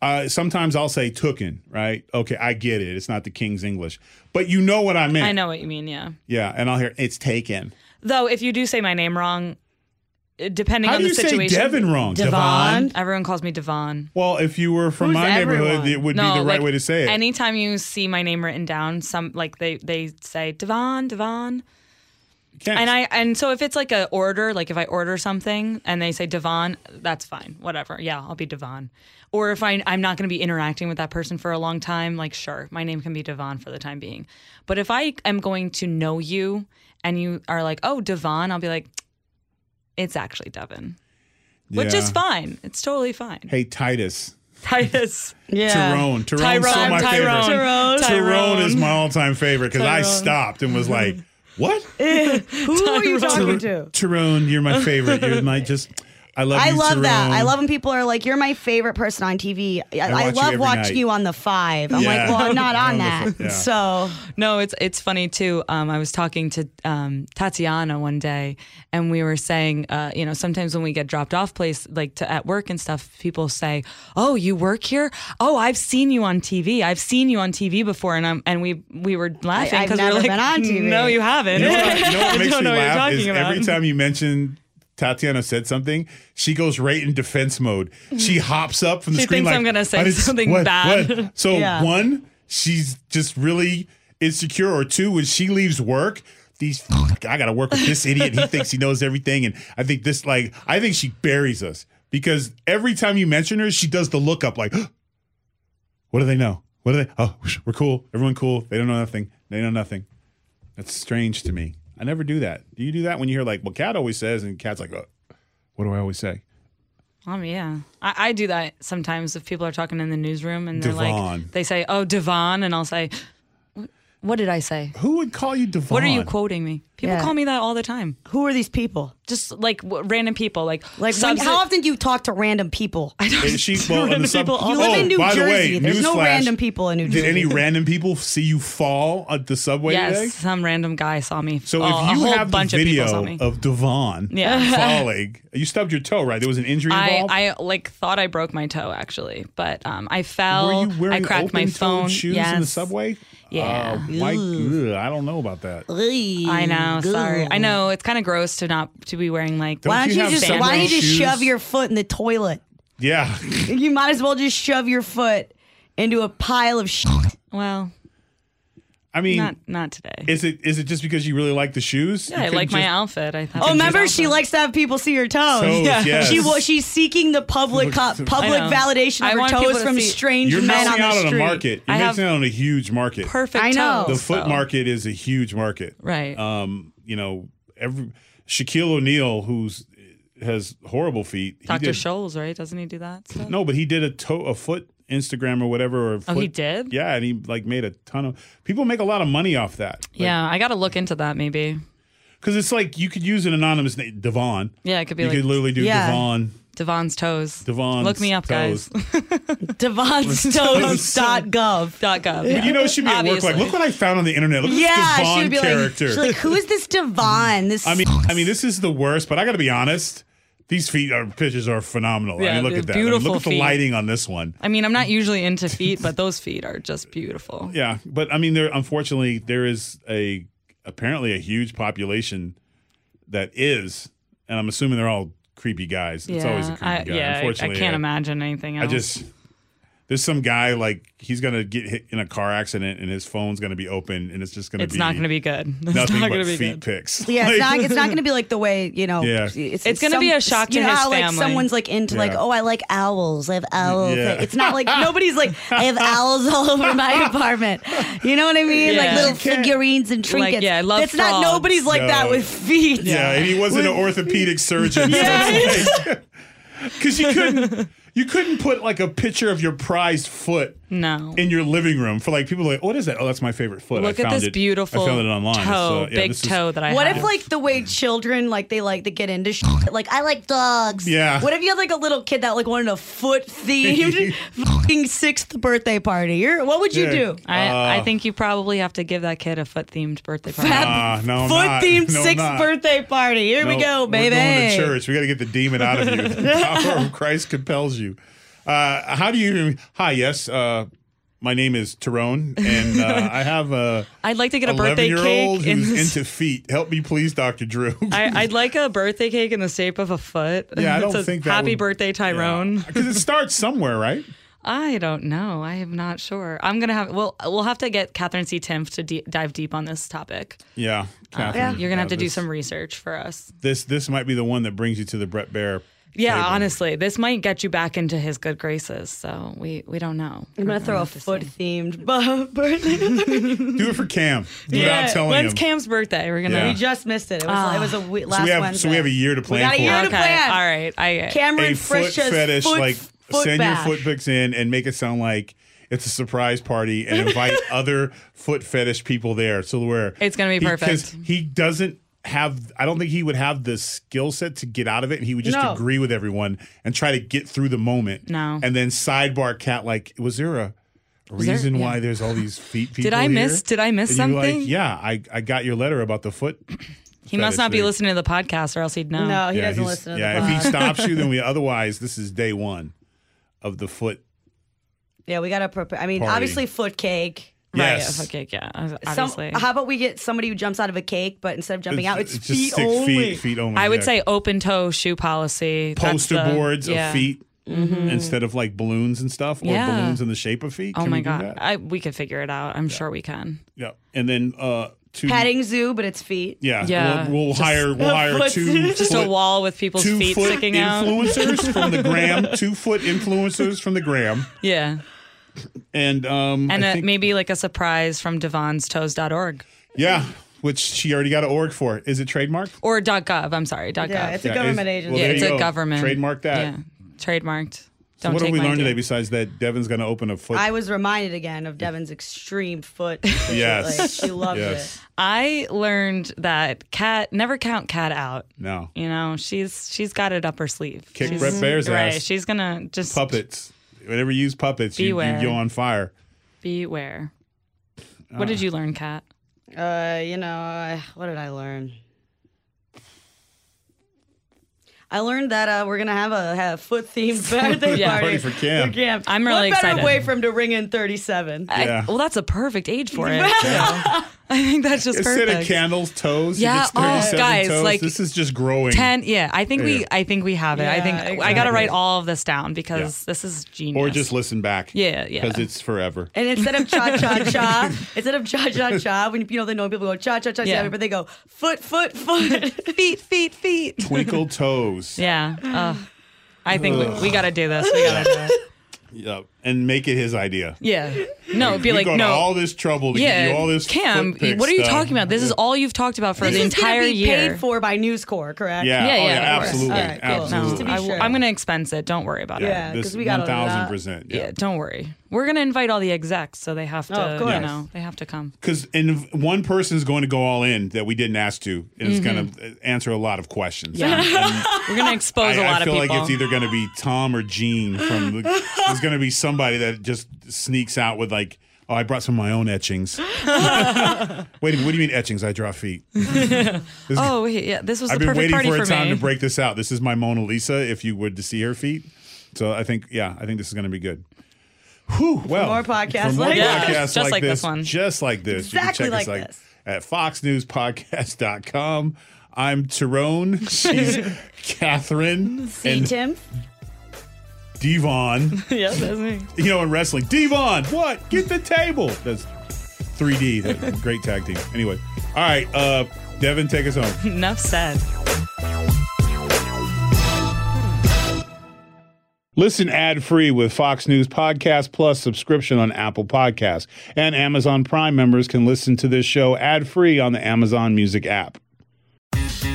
[SPEAKER 1] uh, sometimes I'll say "tooken," right? Okay, I get it. It's not the King's English, but you know what I meant.
[SPEAKER 2] I know what you mean. Yeah.
[SPEAKER 1] Yeah, and I'll hear it's taken.
[SPEAKER 2] Though if you do say my name wrong, uh, depending
[SPEAKER 1] How
[SPEAKER 2] on
[SPEAKER 1] do
[SPEAKER 2] the
[SPEAKER 1] you say
[SPEAKER 2] situation,
[SPEAKER 1] Devin wrong?
[SPEAKER 3] Devon.
[SPEAKER 2] Everyone calls me Devon.
[SPEAKER 1] Well, if you were from
[SPEAKER 3] Who's
[SPEAKER 1] my neighborhood,
[SPEAKER 3] everyone?
[SPEAKER 1] it would
[SPEAKER 2] no,
[SPEAKER 1] be the right
[SPEAKER 2] like,
[SPEAKER 1] way to say it.
[SPEAKER 2] Anytime you see my name written down, some like they they say Devon, Devon,
[SPEAKER 1] You can't-
[SPEAKER 2] and I and so if it's like a order, like if I order something and they say Devon, that's fine, whatever. Yeah, I'll be Devon. Or if I I'm not going to be interacting with that person for a long time, like sure, my name can be Devon for the time being. But if I am going to know you and you are like, oh Devon, I'll be like, it's actually Devin, which
[SPEAKER 1] Yeah.
[SPEAKER 2] is fine. It's totally fine.
[SPEAKER 1] Hey, Titus.
[SPEAKER 2] Titus.
[SPEAKER 3] Yeah.
[SPEAKER 1] Tyrone. Tyrone's
[SPEAKER 2] Tyrone,
[SPEAKER 1] so my
[SPEAKER 2] Tyrone,
[SPEAKER 1] favorite.
[SPEAKER 2] Tyrone, Mm-hmm.
[SPEAKER 1] Tyrone is my all time favorite because I stopped and was like, what?
[SPEAKER 3] Who are you
[SPEAKER 1] Tyr-
[SPEAKER 3] talking to?
[SPEAKER 1] Tyrone, you're my favorite. You're my just, I love
[SPEAKER 3] I
[SPEAKER 1] you,
[SPEAKER 3] love that.
[SPEAKER 1] Tyrone.
[SPEAKER 3] I love when people are like, "You're my favorite person on TV." I, I
[SPEAKER 1] watch you
[SPEAKER 3] love
[SPEAKER 1] every
[SPEAKER 3] watching
[SPEAKER 1] night.
[SPEAKER 3] you on the Five. I'm
[SPEAKER 1] Yeah.
[SPEAKER 3] like, well, I'm not on
[SPEAKER 1] On the
[SPEAKER 3] that.
[SPEAKER 1] fi- yeah.
[SPEAKER 3] So
[SPEAKER 2] No, it's it's funny too. Um, I was talking to um, Tatiana one day, and we were saying, uh, you know, sometimes when we get dropped off place, like to, at work and stuff, people say, "Oh, you work here? Oh, I've seen you on TV. I've seen you on TV before." And I'm and we we were laughing
[SPEAKER 3] I've
[SPEAKER 2] because we were
[SPEAKER 3] never
[SPEAKER 2] like,
[SPEAKER 3] been on TV.
[SPEAKER 2] "No, you haven't."
[SPEAKER 1] You know what, you know what
[SPEAKER 2] I
[SPEAKER 1] makes
[SPEAKER 2] don't
[SPEAKER 1] me
[SPEAKER 2] know what you're
[SPEAKER 1] laugh
[SPEAKER 2] talking
[SPEAKER 1] is
[SPEAKER 2] about.
[SPEAKER 1] every time you mention Tatiana said something, she goes right in defense mode. She hops up from the
[SPEAKER 2] Mm-hmm. She
[SPEAKER 1] screen
[SPEAKER 2] thinks
[SPEAKER 1] like,
[SPEAKER 2] I'm gonna say
[SPEAKER 1] "I didn't-
[SPEAKER 2] something
[SPEAKER 1] what-
[SPEAKER 2] bad."
[SPEAKER 1] what?" So
[SPEAKER 3] Yeah.
[SPEAKER 1] one, she's just really insecure, or two, when she leaves work. These, I gotta work with this idiot. He thinks he knows everything, and I think this, like, I think she buries us because every time you mention her, she does the look up, like, what do they know? What do they? Oh, we're cool. Everyone cool. They don't know nothing. They know nothing. That's strange to me. I never do that. Do you do that when you hear like, well, Cat always says, and Cat's like, uh, what do I always say?
[SPEAKER 2] Um, yeah, I, I do that sometimes if people are talking in the newsroom and they're
[SPEAKER 1] Devon.
[SPEAKER 2] like, they say, "Oh, Devon," and I'll say, "What- "What did I say?
[SPEAKER 1] Who would call you Devon?
[SPEAKER 2] What are you quoting me?" People
[SPEAKER 3] Yeah.
[SPEAKER 2] call me that all the time.
[SPEAKER 3] who are these people?
[SPEAKER 2] just like w- random people, like
[SPEAKER 3] Like, when,
[SPEAKER 2] subs-
[SPEAKER 3] how often do you talk to random people?
[SPEAKER 1] Is she, well, on the sub- Oh,
[SPEAKER 2] people all
[SPEAKER 3] You live in New
[SPEAKER 1] by the way,
[SPEAKER 3] Jersey. There's no
[SPEAKER 1] newsflash,
[SPEAKER 3] random people in New
[SPEAKER 1] Did
[SPEAKER 3] Jersey.
[SPEAKER 1] any random people see you fall at the subway
[SPEAKER 2] yes,
[SPEAKER 1] today?
[SPEAKER 2] some random guy saw me.
[SPEAKER 1] So
[SPEAKER 2] Oh,
[SPEAKER 1] if you
[SPEAKER 2] a whole
[SPEAKER 1] have the
[SPEAKER 2] bunch of people saw
[SPEAKER 1] video
[SPEAKER 2] me.
[SPEAKER 1] of, Devon
[SPEAKER 2] Yeah.
[SPEAKER 1] falling, you stubbed your toe, right? There was an injury
[SPEAKER 2] I,
[SPEAKER 1] involved.
[SPEAKER 2] I like thought I broke my toe actually, but um, I fell.
[SPEAKER 1] Were you wearing
[SPEAKER 2] I cracked my
[SPEAKER 1] open-toed
[SPEAKER 2] phone.
[SPEAKER 1] shoes
[SPEAKER 2] yes.
[SPEAKER 1] in the subway?
[SPEAKER 2] Yeah.
[SPEAKER 1] Uh, why- ugh, I don't know about that.
[SPEAKER 2] I know. Sorry. I know it's kind of gross to not to be wearing like.
[SPEAKER 1] Don't
[SPEAKER 3] Why don't you,
[SPEAKER 1] have
[SPEAKER 3] just
[SPEAKER 1] sandals,
[SPEAKER 3] why don't you just
[SPEAKER 1] shoes?
[SPEAKER 3] shove your foot in the toilet?
[SPEAKER 1] Yeah.
[SPEAKER 3] You might as well just shove your foot into a pile of shit.
[SPEAKER 2] Well,
[SPEAKER 1] I mean,
[SPEAKER 2] not not today.
[SPEAKER 1] is it is it just because you really like the shoes? You
[SPEAKER 2] yeah, I
[SPEAKER 1] couldn't
[SPEAKER 2] like my
[SPEAKER 1] just-
[SPEAKER 2] outfit. I thought.
[SPEAKER 3] Oh, remember she
[SPEAKER 2] liked
[SPEAKER 3] likes to have people see her toes.
[SPEAKER 1] Toes, Yeah. yes.
[SPEAKER 3] She wa- she's seeking the public co- public
[SPEAKER 2] I know.
[SPEAKER 3] validation
[SPEAKER 2] I
[SPEAKER 3] of her
[SPEAKER 2] want people
[SPEAKER 3] toes
[SPEAKER 2] to
[SPEAKER 3] from
[SPEAKER 2] see-
[SPEAKER 3] strange
[SPEAKER 1] You're
[SPEAKER 3] men
[SPEAKER 1] missing
[SPEAKER 3] on the
[SPEAKER 1] out on
[SPEAKER 3] street.
[SPEAKER 1] a market. You're
[SPEAKER 2] I have-
[SPEAKER 1] missing out on a huge market.
[SPEAKER 2] perfect.
[SPEAKER 3] I know.
[SPEAKER 1] The
[SPEAKER 2] toes,
[SPEAKER 1] foot
[SPEAKER 2] though.
[SPEAKER 1] market is a huge market.
[SPEAKER 2] Right.
[SPEAKER 1] Um, you know, every Shaquille O'Neal, who's has horrible feet. he
[SPEAKER 2] Doctor
[SPEAKER 1] did-
[SPEAKER 2] Scholes, right? Doesn't he do that? Stuff?
[SPEAKER 1] No, but he did a toe, a foot Instagram or whatever. Or
[SPEAKER 2] Oh, he
[SPEAKER 1] foot-
[SPEAKER 2] did?
[SPEAKER 1] Yeah, and he like made a ton of people make a lot of money off that.
[SPEAKER 2] yeah, I got to look into that maybe.
[SPEAKER 1] because it's like you could use an anonymous name, Devon.
[SPEAKER 2] Yeah, it could be
[SPEAKER 1] You
[SPEAKER 2] like
[SPEAKER 1] could literally do
[SPEAKER 3] Yeah.
[SPEAKER 1] Devon.
[SPEAKER 2] Devon's toes.
[SPEAKER 1] Devon's
[SPEAKER 2] Look me up,
[SPEAKER 1] toes.
[SPEAKER 2] guys.
[SPEAKER 3] DevonsToes.gov.
[SPEAKER 2] Dot gov.
[SPEAKER 1] But you know, she'd be at work like,
[SPEAKER 2] Obviously.
[SPEAKER 1] look what I found on the internet. Look at
[SPEAKER 3] Yeah,
[SPEAKER 1] this
[SPEAKER 3] she
[SPEAKER 1] Devon
[SPEAKER 3] would be
[SPEAKER 1] character.
[SPEAKER 3] like, she's like, who is this Devon? This
[SPEAKER 1] I mean, I mean, this is the worst. But I got to be honest. These feet are pictures are phenomenal. I
[SPEAKER 2] Yeah,
[SPEAKER 1] mean, look
[SPEAKER 2] they're
[SPEAKER 1] at that. I mean,
[SPEAKER 2] beautiful
[SPEAKER 1] look at the
[SPEAKER 2] feet.
[SPEAKER 1] lighting on this one.
[SPEAKER 2] I mean, I'm not usually into feet, but those feet are just beautiful.
[SPEAKER 1] Yeah, but I mean, there unfortunately there is a apparently a huge population that is, and I'm assuming they're all creepy guys. it's always a creepy
[SPEAKER 2] I,
[SPEAKER 1] guy.
[SPEAKER 2] yeah, I- I
[SPEAKER 1] unfortunately,
[SPEAKER 2] can't imagine anything
[SPEAKER 1] I
[SPEAKER 2] else.
[SPEAKER 1] just there's some guy like he's gonna get hit in a car accident and his phone's gonna be open and it's just gonna
[SPEAKER 2] it's
[SPEAKER 1] be
[SPEAKER 2] not going to be good. It's
[SPEAKER 1] nothing
[SPEAKER 2] not
[SPEAKER 1] but
[SPEAKER 2] going to be
[SPEAKER 1] feet
[SPEAKER 2] good.
[SPEAKER 1] pics.
[SPEAKER 3] Yeah, it's
[SPEAKER 1] Like-
[SPEAKER 3] not. It's not going to be like the way you know.
[SPEAKER 1] Yeah.
[SPEAKER 2] It's gonna be a shock to
[SPEAKER 3] you know
[SPEAKER 2] his
[SPEAKER 3] how, Like
[SPEAKER 2] family.
[SPEAKER 3] someone's like into like,
[SPEAKER 1] Yeah.
[SPEAKER 3] oh, I like owls. I have owls.
[SPEAKER 1] Yeah.
[SPEAKER 3] Like, it's not like nobody's like, I have owls all over my apartment. You know what I mean? Like
[SPEAKER 2] Yeah.
[SPEAKER 3] little
[SPEAKER 1] You can't-
[SPEAKER 3] figurines and trinkets.
[SPEAKER 2] yeah, I love
[SPEAKER 3] It's not.
[SPEAKER 2] frogs.
[SPEAKER 3] Nobody's like that
[SPEAKER 1] No.
[SPEAKER 3] with feet.
[SPEAKER 1] Yeah, and he wasn't an orthopedic surgeon. Because you couldn't. You couldn't put like a picture of your prized foot
[SPEAKER 2] No.
[SPEAKER 1] in your living room for like people like, what is that? Oh, that's my favorite foot.
[SPEAKER 2] Look
[SPEAKER 1] I
[SPEAKER 2] at
[SPEAKER 1] found
[SPEAKER 2] this
[SPEAKER 1] it-
[SPEAKER 2] beautiful
[SPEAKER 1] I found it online. So,
[SPEAKER 2] toe,
[SPEAKER 1] yeah,
[SPEAKER 2] big
[SPEAKER 1] this is-
[SPEAKER 2] toe that I
[SPEAKER 3] What
[SPEAKER 2] have.
[SPEAKER 3] if like the way children like they like to get into sh- like I like dogs.
[SPEAKER 1] Yeah.
[SPEAKER 3] What if you had like a little kid that like wanted a foot themed fucking sixth birthday party? You're, what would you
[SPEAKER 1] Yeah.
[SPEAKER 3] do?
[SPEAKER 2] I,
[SPEAKER 1] Uh,
[SPEAKER 2] I think you probably have to give that kid a foot themed birthday party.
[SPEAKER 1] Ah, no, I'm
[SPEAKER 3] foot
[SPEAKER 1] not.
[SPEAKER 3] themed
[SPEAKER 1] No, I'm
[SPEAKER 3] sixth
[SPEAKER 1] not.
[SPEAKER 3] birthday party. Here we
[SPEAKER 1] No,
[SPEAKER 3] go, baby.
[SPEAKER 1] We're going to church. We got to get the demon out of you. the power of Christ compels you. Uh, how do you? Hi, yes. Uh, my name is Tyrone, and uh, I have a
[SPEAKER 2] I'd like to get a birthday
[SPEAKER 1] eleven-year-old
[SPEAKER 2] cake in
[SPEAKER 1] who's
[SPEAKER 2] this-
[SPEAKER 1] into feet. Help me, please, Doctor Drew.
[SPEAKER 2] I, I'd like a birthday cake in the shape of a foot.
[SPEAKER 1] yeah, I
[SPEAKER 2] It
[SPEAKER 1] don't
[SPEAKER 2] says,
[SPEAKER 1] think that
[SPEAKER 2] Happy
[SPEAKER 1] would-
[SPEAKER 2] birthday, Tyrone.
[SPEAKER 1] Because it starts somewhere, right?
[SPEAKER 2] I don't know. I am not sure. I'm gonna have. Well, we'll have to get Catherine C. Timpf to de- dive deep on this topic.
[SPEAKER 1] Yeah, Catherine,
[SPEAKER 2] Uh, You're gonna have to do
[SPEAKER 1] this-
[SPEAKER 2] some research for us.
[SPEAKER 1] This this might be the one that brings you to the Brett Bear.
[SPEAKER 2] Yeah,
[SPEAKER 1] table.
[SPEAKER 2] honestly, this might get you back into his good graces. So we we don't know.
[SPEAKER 3] I'm gonna throw a foot themed birthday.
[SPEAKER 1] Do it for Cam without telling
[SPEAKER 2] When's
[SPEAKER 1] him.
[SPEAKER 2] Cam's birthday? We're gonna.
[SPEAKER 1] Yeah.
[SPEAKER 3] We just missed it. It was, it was a we- last
[SPEAKER 1] so we have
[SPEAKER 3] Wednesday.
[SPEAKER 1] so we have a year to plan
[SPEAKER 3] got a
[SPEAKER 1] for.
[SPEAKER 3] year
[SPEAKER 1] it.
[SPEAKER 3] to
[SPEAKER 2] Okay.
[SPEAKER 3] plan.
[SPEAKER 2] All right. I.
[SPEAKER 3] Cameron
[SPEAKER 1] a foot
[SPEAKER 3] Frisch's
[SPEAKER 1] fetish,
[SPEAKER 3] foot-
[SPEAKER 1] like
[SPEAKER 3] foot
[SPEAKER 1] send
[SPEAKER 3] bash.
[SPEAKER 1] your foot pics in and make it sound like it's a surprise party and invite other foot fetish people there. So where
[SPEAKER 2] It's gonna be
[SPEAKER 1] he-
[SPEAKER 2] perfect.
[SPEAKER 1] 'cause He doesn't have. I don't think he would have the skill set to get out of it, and he would just
[SPEAKER 3] No.
[SPEAKER 1] agree with everyone and try to get through the moment.
[SPEAKER 2] No.
[SPEAKER 1] and then sidebar cat like, was there a
[SPEAKER 2] there-
[SPEAKER 1] reason why
[SPEAKER 2] yeah.
[SPEAKER 1] there's all these feet people?
[SPEAKER 2] I
[SPEAKER 1] here?"
[SPEAKER 2] miss- did I miss
[SPEAKER 1] And you're
[SPEAKER 2] something?
[SPEAKER 1] Like, yeah, I I got your letter about the foot.
[SPEAKER 2] he must not
[SPEAKER 1] fetish
[SPEAKER 2] be
[SPEAKER 1] thing."
[SPEAKER 2] listening to the podcast, or else he'd know.
[SPEAKER 3] No, he doesn't
[SPEAKER 1] he's-
[SPEAKER 3] listen to
[SPEAKER 1] yeah,
[SPEAKER 3] the pod.
[SPEAKER 1] if he stops you, then we. Otherwise, this is day one of the foot.
[SPEAKER 3] yeah, we gotta prepare. I mean,
[SPEAKER 1] Party.
[SPEAKER 3] obviously, foot cake.
[SPEAKER 1] Yes. Oh,
[SPEAKER 2] Right. Okay. Yeah.
[SPEAKER 3] Some,
[SPEAKER 2] Obviously.
[SPEAKER 3] how about we get somebody who jumps out of a cake, but instead of jumping out, it's,
[SPEAKER 1] just
[SPEAKER 3] feet
[SPEAKER 1] stick
[SPEAKER 3] only.
[SPEAKER 1] Feet, feet only.
[SPEAKER 2] I would
[SPEAKER 1] yeah.
[SPEAKER 2] say open toe shoe policy. That's
[SPEAKER 1] poster
[SPEAKER 2] the-
[SPEAKER 1] boards
[SPEAKER 2] yeah. Mm-hmm.
[SPEAKER 1] of feet instead of like balloons and stuff, or
[SPEAKER 2] Yeah.
[SPEAKER 1] balloons in the shape of feet.
[SPEAKER 2] Oh
[SPEAKER 1] Can
[SPEAKER 2] my
[SPEAKER 1] we do
[SPEAKER 2] god.
[SPEAKER 1] that?
[SPEAKER 2] I we could figure it out. I'm sure we can.
[SPEAKER 1] yeah, and then uh, two.
[SPEAKER 3] Petting zoo, but it's feet.
[SPEAKER 1] Yeah,
[SPEAKER 2] Yeah.
[SPEAKER 1] We'll, we'll
[SPEAKER 2] Just
[SPEAKER 1] hire we'll hire
[SPEAKER 3] foot-
[SPEAKER 1] two
[SPEAKER 2] Just
[SPEAKER 1] foot,
[SPEAKER 2] a wall with people's
[SPEAKER 1] two
[SPEAKER 2] feet
[SPEAKER 1] foot
[SPEAKER 2] sticking out.
[SPEAKER 1] influencers from the gram, two foot influencers from the gram,
[SPEAKER 2] Yeah.
[SPEAKER 1] and um,
[SPEAKER 2] And
[SPEAKER 1] I
[SPEAKER 2] uh
[SPEAKER 1] think-
[SPEAKER 2] maybe like a surprise from devonstoes.org
[SPEAKER 1] yeah, which she already got an org for. Is it trademark?
[SPEAKER 2] or .gov. I'm sorry, .gov.
[SPEAKER 3] Yeah, it's a
[SPEAKER 1] Yeah, it's-
[SPEAKER 3] government agency.
[SPEAKER 1] well,
[SPEAKER 2] Yeah,
[SPEAKER 1] there
[SPEAKER 2] it's
[SPEAKER 1] you
[SPEAKER 2] a
[SPEAKER 1] go.
[SPEAKER 2] government.
[SPEAKER 1] Trademark that.
[SPEAKER 2] Yeah. Trademarked.
[SPEAKER 1] So
[SPEAKER 2] Don't
[SPEAKER 1] what
[SPEAKER 2] take
[SPEAKER 1] have we
[SPEAKER 2] my
[SPEAKER 1] learned
[SPEAKER 2] idea.
[SPEAKER 1] today besides that Devin's going to open a foot?
[SPEAKER 3] I was reminded again of Devin's extreme foot.
[SPEAKER 1] Yes.
[SPEAKER 3] Like, she loves
[SPEAKER 1] yes.
[SPEAKER 2] I learned that cat never count cat out.
[SPEAKER 1] No.
[SPEAKER 2] You know, she's she's got it up her sleeve.
[SPEAKER 1] Kick
[SPEAKER 2] she's,
[SPEAKER 1] Brett Baer's
[SPEAKER 2] right.
[SPEAKER 1] ass.
[SPEAKER 2] She's gonna just
[SPEAKER 1] Puppets. Whenever you use puppets, you, you,
[SPEAKER 2] Beware.
[SPEAKER 1] you're on fire.
[SPEAKER 2] beware.
[SPEAKER 1] Uh.
[SPEAKER 2] What did you learn, Cat?
[SPEAKER 3] it. Uh, you know, I, what did I learn? I learned that uh, we're gonna have a, have a foot themed birthday
[SPEAKER 2] Yeah.
[SPEAKER 1] Party
[SPEAKER 3] party
[SPEAKER 1] for Cam.
[SPEAKER 3] For Cam.
[SPEAKER 2] I'm really
[SPEAKER 3] what better
[SPEAKER 2] excited.
[SPEAKER 3] way for him to ring in 37?
[SPEAKER 2] I-
[SPEAKER 1] Yeah.
[SPEAKER 2] well, that's a perfect age for it. I think that's just
[SPEAKER 1] Instead
[SPEAKER 2] perfect.
[SPEAKER 1] of candles, toes,
[SPEAKER 2] Yeah,
[SPEAKER 1] yeah,
[SPEAKER 2] oh,
[SPEAKER 1] thirty-seven
[SPEAKER 2] guys,
[SPEAKER 1] toes.
[SPEAKER 2] like,
[SPEAKER 1] this is just growing.
[SPEAKER 2] Ten, yeah. I think we,
[SPEAKER 1] Yeah.
[SPEAKER 2] I think we have it. I think
[SPEAKER 3] Yeah,
[SPEAKER 2] I got to
[SPEAKER 3] exactly.
[SPEAKER 2] write all of this down because this is genius.
[SPEAKER 1] or just listen back.
[SPEAKER 2] Yeah, yeah.
[SPEAKER 1] Because it's forever.
[SPEAKER 3] And instead of cha cha cha, instead of cha cha cha, when you know they know people go cha cha cha,
[SPEAKER 2] Yeah.
[SPEAKER 3] yeah. but they go foot foot foot.
[SPEAKER 2] feet, feet, feet.
[SPEAKER 1] Twinkle toes.
[SPEAKER 2] Yeah. Ugh. I think we, we got to do this. We got to do it.
[SPEAKER 1] Yep. And make it his idea.
[SPEAKER 2] Yeah. No, it'd be
[SPEAKER 1] We
[SPEAKER 2] like
[SPEAKER 1] go to
[SPEAKER 2] no.
[SPEAKER 1] all this trouble to
[SPEAKER 2] yeah,
[SPEAKER 1] give you all this.
[SPEAKER 2] Cam,
[SPEAKER 1] foot pic
[SPEAKER 2] what are you
[SPEAKER 1] stuff.
[SPEAKER 2] talking about? This is all you've talked about for
[SPEAKER 3] This
[SPEAKER 2] the
[SPEAKER 3] is gonna
[SPEAKER 2] entire
[SPEAKER 3] be
[SPEAKER 2] year.
[SPEAKER 3] paid for by News Corps, correct?
[SPEAKER 1] Yeah.
[SPEAKER 2] Yeah,
[SPEAKER 1] oh,
[SPEAKER 2] yeah, of course.
[SPEAKER 1] absolutely.
[SPEAKER 3] All right, cool. No,
[SPEAKER 2] No,
[SPEAKER 3] Just to be
[SPEAKER 1] Absolutely.
[SPEAKER 2] I,
[SPEAKER 3] sure.
[SPEAKER 2] am gonna expense it. Don't worry about
[SPEAKER 3] Yeah,
[SPEAKER 2] it.
[SPEAKER 3] 'cause
[SPEAKER 1] This
[SPEAKER 3] we got a
[SPEAKER 1] one thousand
[SPEAKER 3] lot.
[SPEAKER 1] percent.
[SPEAKER 2] Yeah, don't worry. We're gonna invite all the execs, so they have to.
[SPEAKER 3] Oh, of
[SPEAKER 2] you
[SPEAKER 3] course.
[SPEAKER 2] know, they have to come.
[SPEAKER 1] because and one person is going to go all in that we didn't ask to, and
[SPEAKER 3] Mm-hmm.
[SPEAKER 1] it's going to answer a lot of questions. And- and
[SPEAKER 2] We're gonna expose a
[SPEAKER 1] I,
[SPEAKER 2] lot
[SPEAKER 1] I feel
[SPEAKER 2] of
[SPEAKER 1] like
[SPEAKER 2] people.
[SPEAKER 1] it's either going to be Tom or Gene from. The, there's going to be somebody that just sneaks out with like, "Oh, I brought some of my own etchings." Wait, a minute, what do you mean etchings? I draw feet.
[SPEAKER 2] oh, wait, yeah. This was
[SPEAKER 1] I've
[SPEAKER 2] the
[SPEAKER 1] been waiting
[SPEAKER 2] perfect party
[SPEAKER 1] for a
[SPEAKER 2] for,
[SPEAKER 1] time
[SPEAKER 2] me.
[SPEAKER 1] to break this out. This is my Mona Lisa. If you would to see her feet, so I think yeah, I think this is going to be good. Whew, well,
[SPEAKER 3] more podcasts
[SPEAKER 1] for more
[SPEAKER 3] like
[SPEAKER 2] Yeah,
[SPEAKER 1] podcasts
[SPEAKER 2] just
[SPEAKER 1] like,
[SPEAKER 2] like
[SPEAKER 1] this,
[SPEAKER 2] this one.
[SPEAKER 1] just like this.
[SPEAKER 3] Exactly
[SPEAKER 1] you can check
[SPEAKER 3] like
[SPEAKER 1] us
[SPEAKER 3] this.
[SPEAKER 1] like at foxnewspodcast.com. I'm Tyrone. She's Catherine
[SPEAKER 3] See,
[SPEAKER 1] and
[SPEAKER 3] Tim.
[SPEAKER 1] Devon.
[SPEAKER 2] yeah, that's me.
[SPEAKER 1] you know, in wrestling. Devon, what? Get the table. That's 3D. That great tag team. Anyway, all right, uh, Devin, take us home.
[SPEAKER 2] Enough said.
[SPEAKER 1] Listen ad free with Fox News Podcast Plus subscription on Apple Podcasts. And Amazon Prime members can listen to this show ad free on the Amazon Music app.